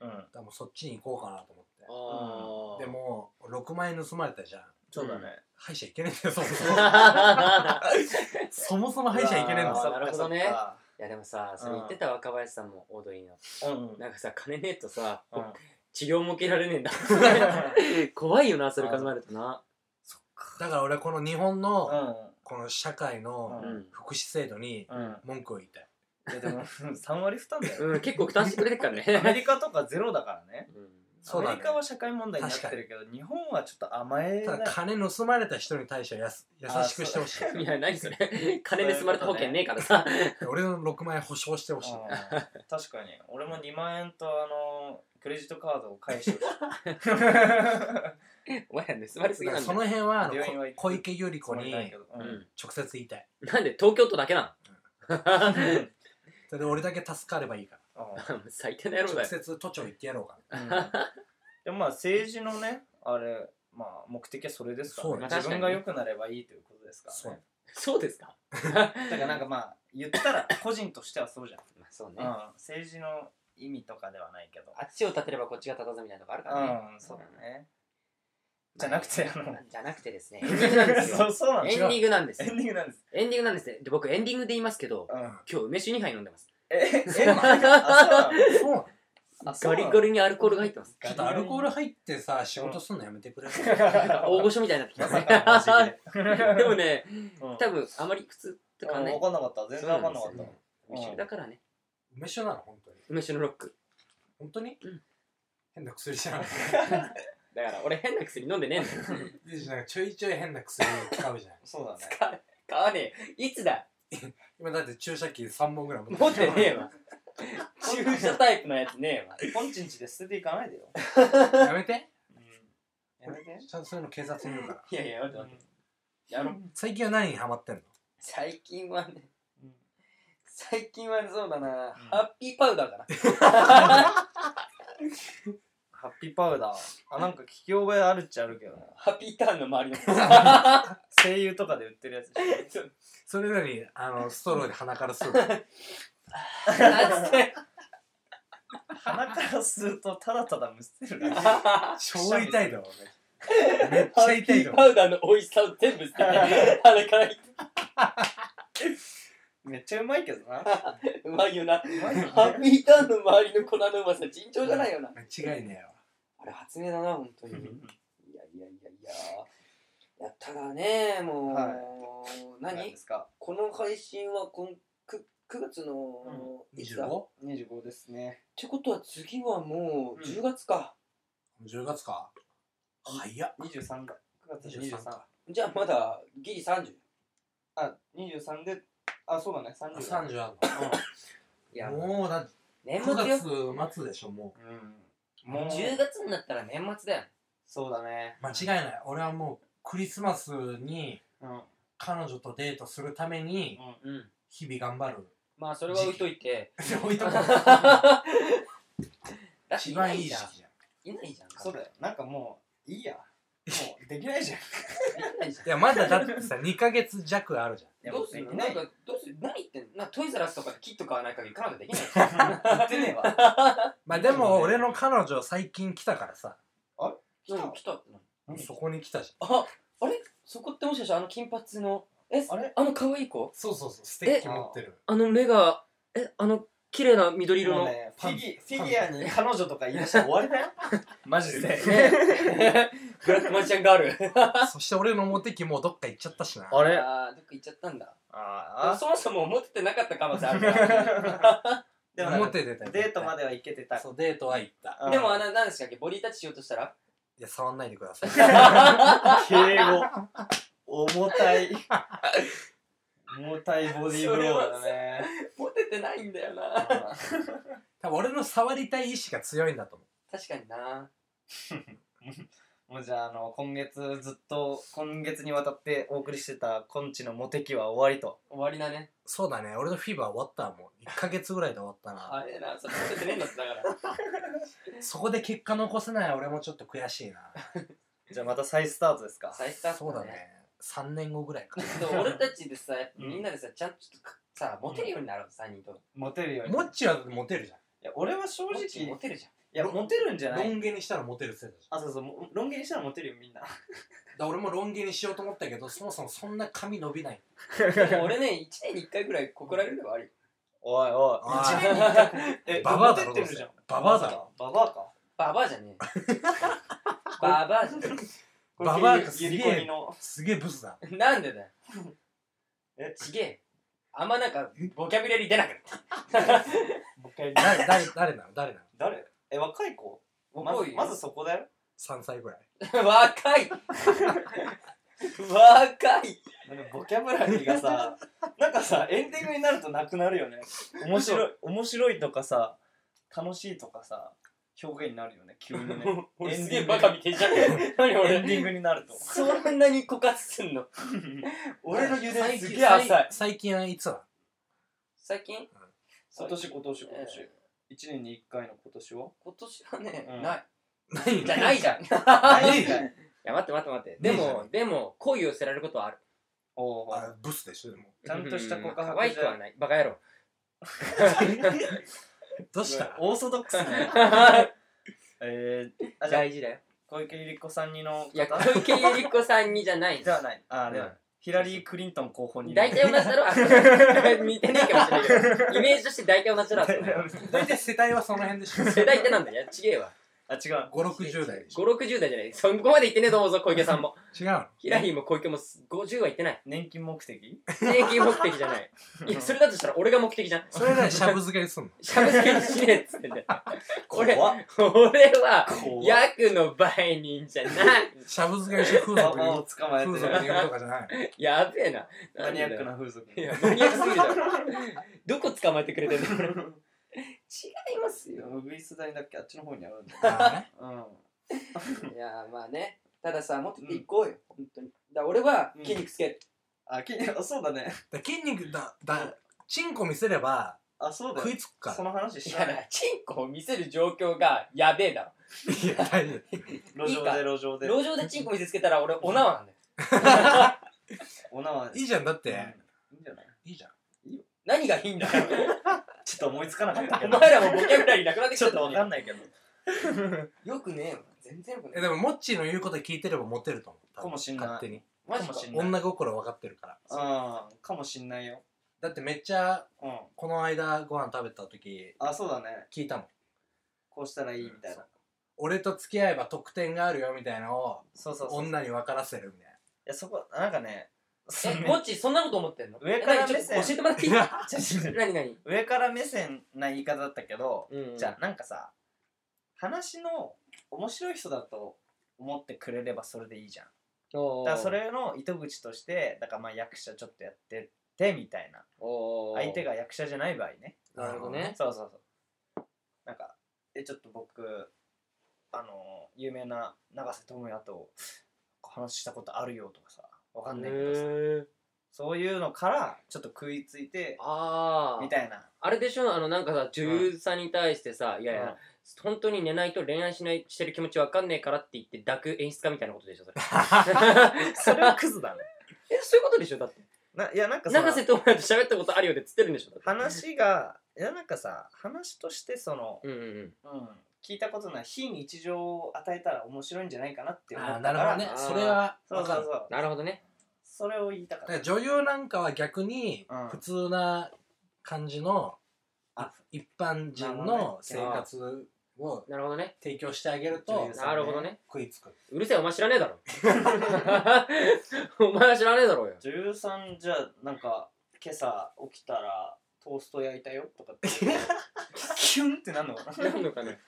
Speaker 1: うん
Speaker 2: だからもうそっちに行こうかなと思って
Speaker 3: ああ
Speaker 2: でも6万円盗まれたじゃん
Speaker 1: そうだね
Speaker 2: 歯医者行けねえんだよそ
Speaker 1: *laughs*
Speaker 2: もそもそもそも歯医者行けねえん
Speaker 1: う
Speaker 2: だ
Speaker 1: わ
Speaker 2: よ
Speaker 1: ー
Speaker 3: なるほどね
Speaker 1: そっか
Speaker 3: *laughs* いやでもさそれ言ってた若林さんもオードリーの
Speaker 1: そっかうんうん
Speaker 3: なんかさ金ねえとさ
Speaker 1: うん
Speaker 3: *laughs* 治療も受けられねえんだ *laughs* 怖いよなそれ考えるとな
Speaker 2: だから俺この日本の
Speaker 1: う
Speaker 2: この社会の
Speaker 3: うん
Speaker 2: 福祉制度に
Speaker 1: んうん
Speaker 2: 文句を言いたい
Speaker 1: いやでも3割負担だよ
Speaker 3: うん結構負担してくれてるから
Speaker 1: アメ
Speaker 3: *laughs* ね
Speaker 1: リカとかゼロだからね
Speaker 3: うん
Speaker 2: そうだ
Speaker 1: ア
Speaker 2: ね
Speaker 1: メリカは社会問題になってるけど日本はちょっと甘え
Speaker 2: た
Speaker 1: ない
Speaker 2: だ金盗まれた人に対してはやす優しくしてほしい
Speaker 3: *laughs* いや何それ金盗まれた保険ねえからさ *laughs*
Speaker 2: *laughs* 俺の6万円保証してほしい
Speaker 1: あー確かに俺も2万円とあのクレジットカードを返してほしい
Speaker 3: お前ら盗まれすぎ
Speaker 2: だから
Speaker 3: なん
Speaker 2: そ
Speaker 3: だよ
Speaker 2: の辺はあの
Speaker 1: 病院は行く
Speaker 2: こ小池百合子に
Speaker 1: ないけどう
Speaker 3: うんん
Speaker 2: 直接言いたい
Speaker 3: なん *laughs* で東京都だけなの
Speaker 2: それで俺だけ助かればいいから
Speaker 1: あー
Speaker 3: 最低な野郎だ
Speaker 2: 直
Speaker 3: よ
Speaker 2: 接都庁行ってやろうか
Speaker 1: でもまあ政治のねあれまあ目的はそれですから
Speaker 2: そう
Speaker 1: ね
Speaker 2: ね
Speaker 1: 自分が良くなればいいということですか
Speaker 2: そう
Speaker 1: らね
Speaker 2: ね
Speaker 3: そうですか
Speaker 1: だからなんかまあ言ったら個人としてはそうじゃん、
Speaker 3: まあそう
Speaker 1: う
Speaker 3: ね
Speaker 1: ん、政治の意味とかではないけど
Speaker 3: あっちを立てればこっちが立たずみたいなとこあるからね
Speaker 1: うんそうだねじゃなくてあの
Speaker 3: じゃなくてですねエンディングなんです
Speaker 1: そ
Speaker 3: よ
Speaker 1: うそうなん
Speaker 3: エ
Speaker 1: で
Speaker 3: ン
Speaker 1: す
Speaker 3: ディングなんです
Speaker 1: エ
Speaker 3: *laughs*
Speaker 1: ンディングなんです
Speaker 3: エンディングなんですねで僕エンディングで言いますけど
Speaker 1: うん
Speaker 3: 今日梅酒2杯飲んでます
Speaker 1: えそうなの
Speaker 2: なそうなの
Speaker 1: あそうな
Speaker 3: ガリ
Speaker 1: の
Speaker 3: ガリにアルコールが入ってます
Speaker 2: ちょっとアルコール入ってさ仕事すんのやめてくれる
Speaker 3: 大御所みたいになってき *laughs* ますね *laughs* でもね
Speaker 1: うん
Speaker 3: 多分あまり普通とか
Speaker 1: うん
Speaker 3: ね
Speaker 1: 分かんなかった全然分かんなか
Speaker 3: そう
Speaker 1: っ
Speaker 3: な
Speaker 1: た
Speaker 3: んです
Speaker 1: うん
Speaker 3: 梅酒だからね
Speaker 2: 梅酒なの本当に
Speaker 3: 梅酒のロック
Speaker 2: 本当に
Speaker 3: うん
Speaker 2: 変な薬じゃない
Speaker 3: だから俺変な薬飲んでねえんだよ
Speaker 2: なんかちょいちょい変な薬使うじゃん
Speaker 1: そうだね
Speaker 3: 買わねえいつだ
Speaker 2: 今だって注射器3本ぐらい持
Speaker 3: 持ってねえわ注射タイプのやつねえわ
Speaker 1: ポンチンチで捨てていかないでよ
Speaker 2: やめて
Speaker 1: やめて
Speaker 2: ちゃんとそういうの警察に言うから
Speaker 3: いやいや待って待ってやろう
Speaker 2: 最近は何にハマってんの
Speaker 5: 最近はね最近はそうだな、
Speaker 1: ん
Speaker 5: ハッピーパウダーかな
Speaker 1: ハッピーパウダーあなんか聞き覚えあるっちゃあるけどね
Speaker 5: ハッピーターンの周りの
Speaker 1: 声優とかで売ってるやつでしょ
Speaker 2: それなのにあのストローで鼻から吸う
Speaker 5: なんつって
Speaker 1: 鼻から吸うとただただむせるだけ
Speaker 2: 超痛いだろ俺めっちゃ痛いだ
Speaker 5: パ
Speaker 2: ろ
Speaker 5: ウダーの美味しさを全部捨て
Speaker 3: *laughs*
Speaker 5: て鼻から入って
Speaker 1: めっちゃうまいけどな
Speaker 5: うまいよな
Speaker 1: うまいよね
Speaker 5: ハッピーターンの周りの粉のうまさ尋常じゃないよな
Speaker 2: 間違いねえわ
Speaker 5: あれ発明だな本当にいやいやいやいやいやただねもう、
Speaker 1: は何
Speaker 5: 何
Speaker 1: ですか
Speaker 5: この配信はこんく9月の、いつだっ
Speaker 2: 25?10
Speaker 1: 25ですね
Speaker 5: てことは次はもう
Speaker 1: うん
Speaker 5: 10月か、
Speaker 2: 月か早っ
Speaker 1: 23か9月23
Speaker 2: 23か
Speaker 5: じゃあまだギリ30
Speaker 1: あ23であそうだね
Speaker 2: あ
Speaker 1: 30
Speaker 2: 30あ
Speaker 5: いや
Speaker 2: んのもうだって
Speaker 5: 年末よ
Speaker 2: 9月末でしょも
Speaker 1: うんもう
Speaker 5: 10月になったら年末だよ
Speaker 1: そうだね
Speaker 2: う間違いない俺はもうクリスマスに
Speaker 1: うん
Speaker 2: 彼女とデートするために
Speaker 3: うん
Speaker 2: 日々頑張る
Speaker 3: まあそれは置いといて
Speaker 2: 置いとこう
Speaker 5: だって
Speaker 2: 一
Speaker 5: いな
Speaker 2: 番い
Speaker 5: い
Speaker 2: い
Speaker 5: じ
Speaker 2: 時
Speaker 5: ゃん
Speaker 2: 期じゃん
Speaker 5: いないじゃん
Speaker 1: そうだよなんかもういいやうできないじゃん。
Speaker 2: いや、まだだってさ、2ヶ月弱あるじゃん。
Speaker 5: *laughs* どうするの
Speaker 1: な
Speaker 5: なん
Speaker 1: い
Speaker 5: か、どうする何言ってんのなんかトイザらスとかでキット買わない限り彼女できない
Speaker 1: *laughs* 言ってねえわ。
Speaker 2: まあでも、俺の彼女最近来たからさ、
Speaker 5: 来た来たってな
Speaker 1: うん
Speaker 2: そこに来たじゃん。
Speaker 5: あ、あれそこってもしかしてあの金髪の、え、
Speaker 1: あれ
Speaker 5: あの可愛い子
Speaker 2: そうそうそう、ステッキ持ってる。
Speaker 3: あの目が、え、あの、綺麗な緑色
Speaker 1: もう
Speaker 3: の。
Speaker 1: ね、フィギフィギュアに彼女とか言い出したら終わりだよ。マジで。 *laughs*
Speaker 3: ブラックマジシャンガール。
Speaker 2: *laughs* そして俺のモテ期もうどっか行っちゃったしな。
Speaker 1: あれあ
Speaker 5: あー、どっか行っちゃったんだ。
Speaker 1: あ
Speaker 5: そもそも思っててなかった可能性あるから。
Speaker 1: *laughs* でもなん
Speaker 2: モ
Speaker 1: か
Speaker 2: テてたよ。
Speaker 1: デートまでは行けてた。
Speaker 2: そう、デートは行った。
Speaker 5: でも、あ
Speaker 1: の、
Speaker 5: の、何でしたっけボディタッチしようとしたら
Speaker 2: いや、触んないでください。 *laughs*
Speaker 1: 敬語。重たい。重たいボディーブローだね。
Speaker 5: モテてないんだよな。
Speaker 2: 多分俺の触りたい意志が強いんだと思
Speaker 5: 確かにな。
Speaker 1: もうじゃあ、あの、今月ずっと、今月にわたってお送りしてた、コンチのモテ期は終わりと。
Speaker 5: 終わりだね。
Speaker 2: う。そうだね、俺のフィーバー終わったわもう。1ヶ月ぐらいで終わったな。
Speaker 5: あれな、それモテてねえんだってだ *laughs* から。
Speaker 2: そこで結果残せない俺もちょっと悔しいな。
Speaker 1: じゃあまた再スタートですか。
Speaker 5: 再スタート
Speaker 2: そうだね。。3年後ぐらいか。
Speaker 5: でも俺たちでさ、やっぱ
Speaker 1: うん
Speaker 5: みんなでさ、ちゃんとさ、モテるようになろう、3人とも。
Speaker 1: モテるように。
Speaker 2: モッチーはモテるじ
Speaker 1: いや俺は正
Speaker 5: モ
Speaker 1: 直
Speaker 5: ッチーモ
Speaker 1: い
Speaker 5: テるじゃん。
Speaker 1: やモテるんじゃ
Speaker 2: ゃん。
Speaker 1: な
Speaker 2: ロ
Speaker 1: い
Speaker 2: ン毛にしたらモテるって言ってたじゃん。
Speaker 1: あそうそうもロン毛にしたらモテるよみ
Speaker 2: *laughs*
Speaker 1: んな
Speaker 2: だから俺もロン毛にしようと思ったけど、そもそもそんな髪伸びない。
Speaker 5: でも俺ね、1年に1回ぐらい告られるのはあり。
Speaker 1: おいおい
Speaker 2: あ
Speaker 1: 一年
Speaker 2: ー
Speaker 1: に一回 *laughs* え
Speaker 2: ババアだ
Speaker 1: モ
Speaker 2: ろ
Speaker 1: テてるじゃん
Speaker 2: どうせババアだろ
Speaker 1: ババアか
Speaker 5: ババアじゃねえ。 *laughs* ババアじゃね
Speaker 2: ババアかす
Speaker 1: ゆ
Speaker 2: げ
Speaker 1: りこり
Speaker 2: え、
Speaker 1: の
Speaker 2: すげえブスだ。
Speaker 5: え。なんでだよ。
Speaker 1: え
Speaker 5: ちげえよ。あんまなんか、ボキャブラリー出なくなった。
Speaker 1: もう一回
Speaker 2: *laughs* だ誰誰なの誰なの
Speaker 1: 誰え若い子ま
Speaker 5: 若い
Speaker 1: ず
Speaker 5: よ
Speaker 1: まずそこだよ
Speaker 2: ?3 歳ぐらい。
Speaker 5: 若い *laughs* 若い
Speaker 1: なんかボキャブラリーがさ *laughs* なんかさエンディングになるとなくなるよね面白い面白いとかさ楽しいとかさ表現になるよね急にね
Speaker 2: *laughs*
Speaker 5: 俺
Speaker 1: エン
Speaker 5: す
Speaker 1: ディン
Speaker 5: げえ
Speaker 1: グ
Speaker 5: バカみてえじゃん。何
Speaker 1: エン
Speaker 5: 俺。
Speaker 1: ディングになると
Speaker 5: そんなに枯渇すんの俺の油田
Speaker 2: 最
Speaker 5: す
Speaker 2: 近
Speaker 5: げえ浅い。
Speaker 2: 最近はいつだ
Speaker 5: 最近
Speaker 1: 今年今年今
Speaker 5: え
Speaker 1: 年一年に一回の今年は
Speaker 5: 今年はね
Speaker 1: うん、
Speaker 5: ない。
Speaker 2: 何
Speaker 5: じゃないじ *laughs* ゃん。い
Speaker 1: ないじゃん
Speaker 3: や、待って待って待って。
Speaker 2: ね
Speaker 3: で
Speaker 2: えじゃん
Speaker 3: も、でも、恋を捨てられることはある。
Speaker 1: おうおう
Speaker 2: あブスでしょ、でも。
Speaker 1: ちゃんとした告白じゃん
Speaker 3: うん可愛くはない。バカ野郎。
Speaker 1: *laughs*
Speaker 2: どうした
Speaker 1: オーソドックスね *laughs* えー、あじゃあ
Speaker 3: 大事だよ。
Speaker 1: 小池百合子さんにの
Speaker 3: いや、
Speaker 1: 方
Speaker 3: 小池百合子さんにじゃない
Speaker 1: ではないあ
Speaker 3: うん
Speaker 1: では、ヒラリー・クリントン候補に
Speaker 3: 大体同じだろあ似てないかもしれないけど。イメージとして大体同じだろ。それ
Speaker 2: 大体世代はその辺でしょ。
Speaker 3: 世代ってなんだよ。いや、ちげえわ。
Speaker 1: *laughs* あ違う
Speaker 2: 5、60代でしょ。
Speaker 3: 5、60代じゃない。そこまで言ってねえと思うぞ、小池さんも。
Speaker 2: 違うの
Speaker 3: ヒラリーも小池も50は言ってない。
Speaker 1: 年金目的
Speaker 3: 定期目的じゃない。いや、それだとしたら俺が目的じゃん。
Speaker 2: それならシャブ漬けにすんの
Speaker 3: しゃぶ漬けにしねえっつってんだよ。俺、
Speaker 1: 怖っ
Speaker 3: 俺は、
Speaker 1: 怖っ
Speaker 3: ヤクの売人じゃない。
Speaker 2: シャブ漬けにして風
Speaker 1: バ
Speaker 2: 俗
Speaker 1: バアを
Speaker 2: に
Speaker 1: 捕まえて
Speaker 2: 風俗に言うとかじゃない *laughs* の
Speaker 3: やべえな。
Speaker 1: マニアック
Speaker 3: な
Speaker 1: な風俗
Speaker 3: んだよ。いや、マニアックすぎだろ。どこ捕まえてくれてんだよ。
Speaker 5: 違いますよ。
Speaker 1: ウグイス台だっけあっちの方にあるんだよ
Speaker 2: あーね
Speaker 1: うん
Speaker 5: いやーまあね。たださ、モテていこうよ。本当に。だから俺は筋肉つける。
Speaker 1: あきそうだね
Speaker 2: だ筋肉だだチンコ見せれば
Speaker 1: あそうだ
Speaker 2: 食
Speaker 1: よ
Speaker 2: いつくか
Speaker 1: その話
Speaker 5: い
Speaker 1: し
Speaker 5: や
Speaker 1: な、
Speaker 5: ないチンコを見せる状況がやべえだろ。
Speaker 2: らいや大
Speaker 1: 路上
Speaker 2: 丈
Speaker 1: で路上で
Speaker 5: 路上でチンコ見せつけたら俺、お縄なんだよ。
Speaker 1: おなわ
Speaker 2: 夫いいじゃんだって
Speaker 1: いいんじゃない
Speaker 2: いいじゃん
Speaker 5: 何がいいんだよ。
Speaker 1: ちょっと思いつかなかったけ
Speaker 5: お
Speaker 1: ど
Speaker 5: 前らもボキャブラリーなくなって
Speaker 1: ち
Speaker 5: きち
Speaker 1: ょ
Speaker 5: ゃ
Speaker 1: っ
Speaker 5: っ
Speaker 1: と
Speaker 5: た
Speaker 1: わかんないけど
Speaker 5: *laughs* よくねえよ。全然よく
Speaker 2: え
Speaker 5: ねえ。
Speaker 2: でもモッチーの言うこと聞いてればモテると思う多分
Speaker 1: かもしんない
Speaker 2: 勝手に
Speaker 5: マ
Speaker 1: か
Speaker 5: ジ
Speaker 1: も
Speaker 5: か。
Speaker 1: しんない
Speaker 2: 女心分かってるから
Speaker 1: うんかもしんないよ
Speaker 2: だってめっちゃ
Speaker 1: うん
Speaker 2: この間ご飯食べた時
Speaker 1: あそうだね
Speaker 2: 聞いたもん
Speaker 1: こうしたらいいみたいな
Speaker 2: 俺と付き合えば得点があるよみたいなのを
Speaker 1: そうそうそうい
Speaker 2: 女に分からせるみたい
Speaker 1: やそこなんかねそ
Speaker 5: え、
Speaker 1: の
Speaker 5: もっちそんなこと思ってんの
Speaker 1: 上から
Speaker 5: え何ちょっと
Speaker 1: 目線
Speaker 5: 教えてもらっていい
Speaker 2: な *laughs*
Speaker 1: ちょちょちょ
Speaker 3: 何何
Speaker 1: 上から目線な言い方だったけど、
Speaker 3: うん
Speaker 1: じゃあなんかさ話の面白い人だと思ってくれればそれでいいじゃん
Speaker 3: お
Speaker 1: だ
Speaker 3: ー
Speaker 1: からそれの糸口としてだからまあ役者ちょっとやってってみたいな
Speaker 3: おー
Speaker 1: 相手が役者じゃ *laughs* ない場合ね
Speaker 3: なるほどね
Speaker 1: そうそうそうなんかえちょっと僕あの有名な永瀬智也と話したことあるよとかさわかんないけどさ
Speaker 3: へー
Speaker 1: そういうのからちょっと食いついて
Speaker 3: ああ
Speaker 1: みたいな
Speaker 3: あれでしょあのなんかさ女優さんに対してさ、いやいや、
Speaker 1: うん
Speaker 3: 本当に寝ないと恋愛しないしてる気持ちわかんねえからって言って抱く演出家みたいなことでしょそれ
Speaker 1: *laughs* それはクズだね
Speaker 3: えそういうことでしょだって
Speaker 1: ないやなんかさ
Speaker 3: 永瀬智也と喋ったことあるよでつってるんでしょだって
Speaker 1: 話がいやなんかさ話としてその、
Speaker 3: うんうんうん
Speaker 1: うん、聞いたことない非日常を与えたら面白いんじゃないかなって思っ
Speaker 2: あー
Speaker 1: たか
Speaker 2: なるほ
Speaker 1: ら
Speaker 2: どね
Speaker 3: あー
Speaker 2: それは
Speaker 1: そうそう
Speaker 2: だか
Speaker 1: そう
Speaker 3: なるほどね
Speaker 1: それを言いたかった
Speaker 2: ら女優なんかは逆に
Speaker 1: うん
Speaker 2: 普通な感じの、
Speaker 1: あ
Speaker 2: 一般人
Speaker 1: なるほ
Speaker 2: の生活を
Speaker 3: なるほどね
Speaker 2: 提供してあげる
Speaker 1: 女
Speaker 2: と
Speaker 1: 優さん
Speaker 3: なるほどね
Speaker 2: 食いつく
Speaker 3: うるせえお前知らねえだろ *laughs* お前は知らねえだろうよ
Speaker 1: 女優さんじゃあなんか今朝起きたらトースト焼いたよとかってキュンってなんのかな
Speaker 3: なんのかね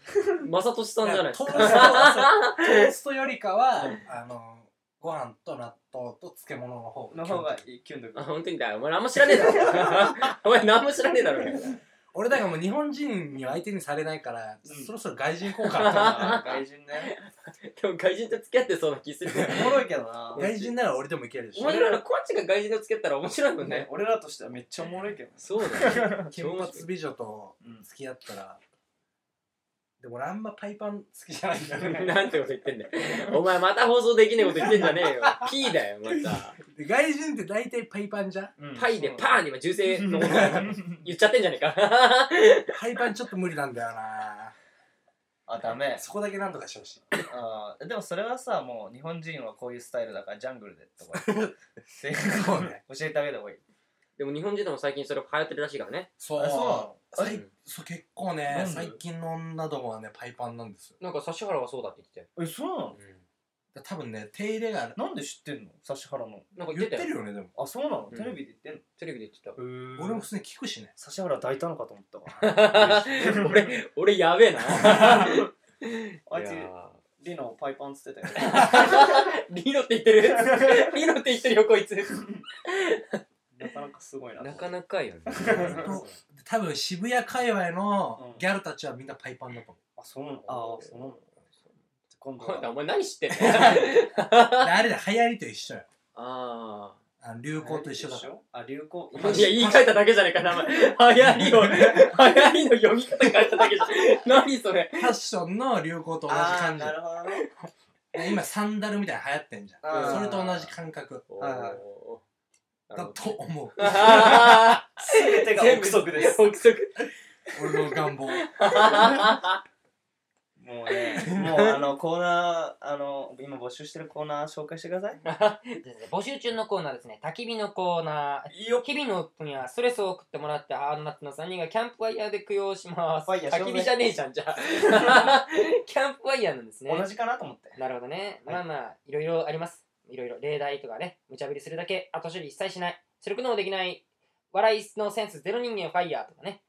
Speaker 3: 雅俊さんじゃないです
Speaker 2: トー
Speaker 3: か
Speaker 2: ストはそうトーストより
Speaker 1: *laughs*
Speaker 2: かはあのご飯と納豆と漬物の方
Speaker 1: *laughs* の方がキュンとく
Speaker 3: あ
Speaker 1: る
Speaker 3: 本当にだお前何も知らねえだろ *laughs* お前何も知らねえだろうよ
Speaker 2: 俺だからもう日本人には相手にされないから、
Speaker 1: うん
Speaker 2: そろそろ外人効
Speaker 1: *laughs*
Speaker 2: 果
Speaker 1: あー外人ね
Speaker 3: でも外人と付き合ってそうな気するね
Speaker 1: おもろいけどな
Speaker 2: 外人なら俺でもいけるでし
Speaker 3: お
Speaker 2: ょ
Speaker 3: 前らのコアチが外人と付き合ったら面白いもん
Speaker 1: ね
Speaker 3: ね
Speaker 1: 俺らとしてはめっちゃおもろいけどね
Speaker 3: そうだよ
Speaker 2: 金髪美女と付き合ったら、でも俺あんまパイパン好きじゃないんだよ
Speaker 1: *laughs*
Speaker 2: ね
Speaker 3: なんてこと言ってんだよお前また放送できねえこと言ってんじゃねえよ P だよまた
Speaker 2: で外人って大体パイパンじゃん
Speaker 1: うん
Speaker 3: パイでパーンって今銃声の *laughs* 音
Speaker 1: うん
Speaker 3: 言っちゃってんじゃねえ *laughs* か
Speaker 2: パイパンちょっと無理なんだよな
Speaker 1: あダメ
Speaker 2: そこだけなんとかしてほしい
Speaker 1: あーでもそれはさもう日本人はこういうスタイルだからジャングルでとか正
Speaker 2: そうね
Speaker 1: 教えてあげた方がいい
Speaker 3: でも日本人でも最近それ流行ってるらしいからね
Speaker 2: そう
Speaker 1: あそうな
Speaker 2: 最
Speaker 1: の
Speaker 2: そう結
Speaker 1: な
Speaker 2: 構ね
Speaker 1: んで
Speaker 2: 最近の女どもはねパイパンなんですよ
Speaker 3: なんか指原はそうだって言ってたよ
Speaker 1: えそうなの
Speaker 2: 多分ね手入れがある
Speaker 1: なんで知ってんの指原の
Speaker 3: なんか
Speaker 2: 言
Speaker 3: 言っ
Speaker 2: ってて
Speaker 3: たよ
Speaker 2: るよねでも
Speaker 1: あそうなの、
Speaker 3: うん
Speaker 1: テレビで言ってん
Speaker 3: テレビで言ってた
Speaker 1: の
Speaker 2: 俺も普通に聞くしね
Speaker 1: 指原抱いたのかと思ったわ
Speaker 3: *laughs* 俺俺やべえな
Speaker 1: あいつ
Speaker 3: いや
Speaker 1: リノパイパンつってたよ
Speaker 2: *laughs*
Speaker 3: ーリノって言って
Speaker 7: *laughs*
Speaker 3: るリノって言ってるよこいつ
Speaker 1: なかなかすごいな
Speaker 3: なかなかよね
Speaker 2: と多分渋谷界隈の
Speaker 1: うん
Speaker 2: ギャルたちはみんなパイパンだと思
Speaker 1: あそうなのあそうなの今度
Speaker 3: *laughs* お
Speaker 1: は
Speaker 3: 前何知ってんの
Speaker 2: う、であれだ流行りと一緒よ
Speaker 3: あ
Speaker 2: あの流行と一緒だから
Speaker 1: あ流行
Speaker 3: あいや言い換えただけじゃねえかなお前流行りを流行りの読み方変えただけじゃん何それ
Speaker 2: ファッションの流行と同じ
Speaker 1: あー
Speaker 2: 感じ
Speaker 1: なるほどね
Speaker 2: 今サンダルみたいなの流行ってんじゃ
Speaker 1: あ
Speaker 2: ん
Speaker 1: ー
Speaker 2: それと同じ感覚
Speaker 1: はいはい
Speaker 3: おーな
Speaker 2: だ
Speaker 3: るほど
Speaker 2: と思う
Speaker 3: あ
Speaker 1: 全
Speaker 3: *laughs*
Speaker 1: て
Speaker 3: ー
Speaker 1: が憶測です
Speaker 3: 全部憶測
Speaker 2: 俺の願望
Speaker 1: もう *laughs* ねもうあのコーナーあの今募集してるコーナー紹介してください
Speaker 7: 募集中のコーナーですね焚き火のコーナー焚き火の夫にはストレスを送ってもらってハードナッツの3人がキャンプファイヤーで供養します
Speaker 1: ファイヤー
Speaker 7: 焚き火じゃねえじゃんじゃ
Speaker 3: *laughs*
Speaker 7: あキャンプファイヤーなんですね
Speaker 1: 同じかなと思って
Speaker 7: なるほどね、
Speaker 1: はい
Speaker 7: まあまあいろいろありますいろいろ例題とかね無茶ぶりするだけ後処理一切しないすることもできない笑いのセンスゼロ人間ファイヤーとかね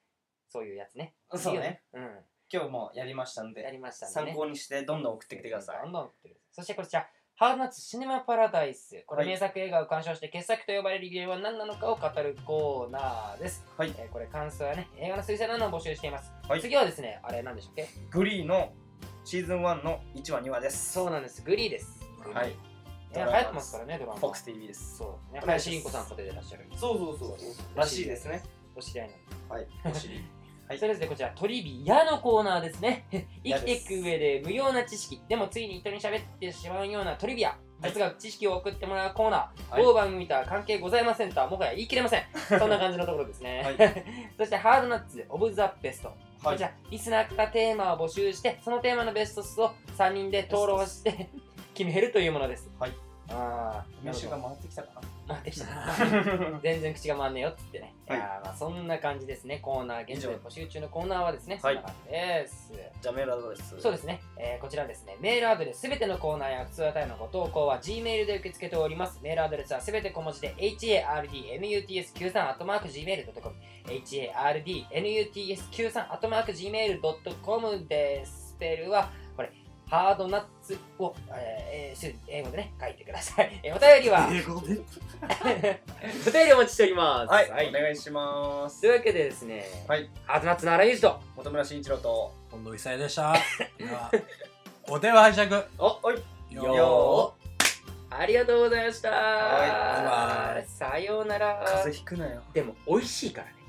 Speaker 7: そういうやつね
Speaker 1: そうね
Speaker 7: うん
Speaker 1: 今日もやりましたんで
Speaker 7: やりましたんでね
Speaker 1: 参考にしてどんどん送ってきてください
Speaker 7: どんどん送ってるそしてこちら、ハードナッツシネマパラダイス。これ、
Speaker 1: はい
Speaker 7: 名作映画を鑑賞して傑作と呼ばれる理由は何なのかを語るコーナーです。
Speaker 1: はい
Speaker 7: えーこれ、感想やね、映画の推薦などを募集しています。
Speaker 1: はい
Speaker 7: 次はですね、あれ、なんでしたっけ
Speaker 1: グリーのシーズン1の1話2話です
Speaker 7: そうなんです、グリーです。
Speaker 1: はい
Speaker 7: ね、流行ってますからね、ドラマ。
Speaker 1: フォックス TV です
Speaker 7: そうですね。
Speaker 1: お願い
Speaker 7: 林
Speaker 1: します
Speaker 7: 凛子さんと出てらっしゃる。
Speaker 1: そうそうそうらしいですね
Speaker 7: お知り合いなんで
Speaker 1: はいお尻はい
Speaker 7: それでこちら、トリビアのコーナーですね。生
Speaker 1: 嫌
Speaker 7: きて
Speaker 1: で
Speaker 7: い
Speaker 1: す
Speaker 7: く上で無用な知識、でもついに人に喋ってしまうようなトリビア、哲学、知識を送ってもらうコーナー、
Speaker 1: はい
Speaker 7: 某番組とは関係ございませんとはもはや言い切れません。そんな感じのところですね。
Speaker 1: *laughs* は
Speaker 7: *laughs* そして、ハードナッツ、オブザベスト。
Speaker 1: は
Speaker 7: こち
Speaker 1: い
Speaker 7: ら、リスナーからテーマを募集して、そのテーマのベストスを3人で討論して
Speaker 1: *laughs*
Speaker 7: 決めるというものです。
Speaker 1: はい。
Speaker 7: ああ、
Speaker 1: 名刺が回ってきたか
Speaker 7: 回ってきた。
Speaker 1: な
Speaker 7: 全然口が回んねえよっつってね、
Speaker 1: はい
Speaker 7: い、やーまあそんな感じですねコーナー現在
Speaker 1: 以上
Speaker 7: 募集中のコーナーはですね、
Speaker 1: はい
Speaker 7: そんな感じです
Speaker 1: じゃあメールアドレス
Speaker 7: そうですね、えーこちらですねメールアドレスすべてのコーナーや普通歌へのご投稿は G メールで受け付けておりますメールアドレスはすべて小文字で hardnuts93-gmail.com hardnuts93-gmail.com ですスペルはこれハードナッツを、えーえーす英語でね書いてください、 *laughs* えーお便りは
Speaker 2: 英語で
Speaker 3: お便りお待ちしております
Speaker 1: はいお願いします
Speaker 3: というわけでですね
Speaker 1: はい
Speaker 3: ハートナッツの荒井裕二と
Speaker 1: 本村慎一郎と
Speaker 2: 今度異彩でしたではお手は拝借
Speaker 1: おおい
Speaker 2: よ
Speaker 1: よ
Speaker 3: ありがとうございました、
Speaker 1: はい
Speaker 2: バイバイ
Speaker 3: さようなら
Speaker 1: 風邪ひくなよ
Speaker 3: でも美味しいからね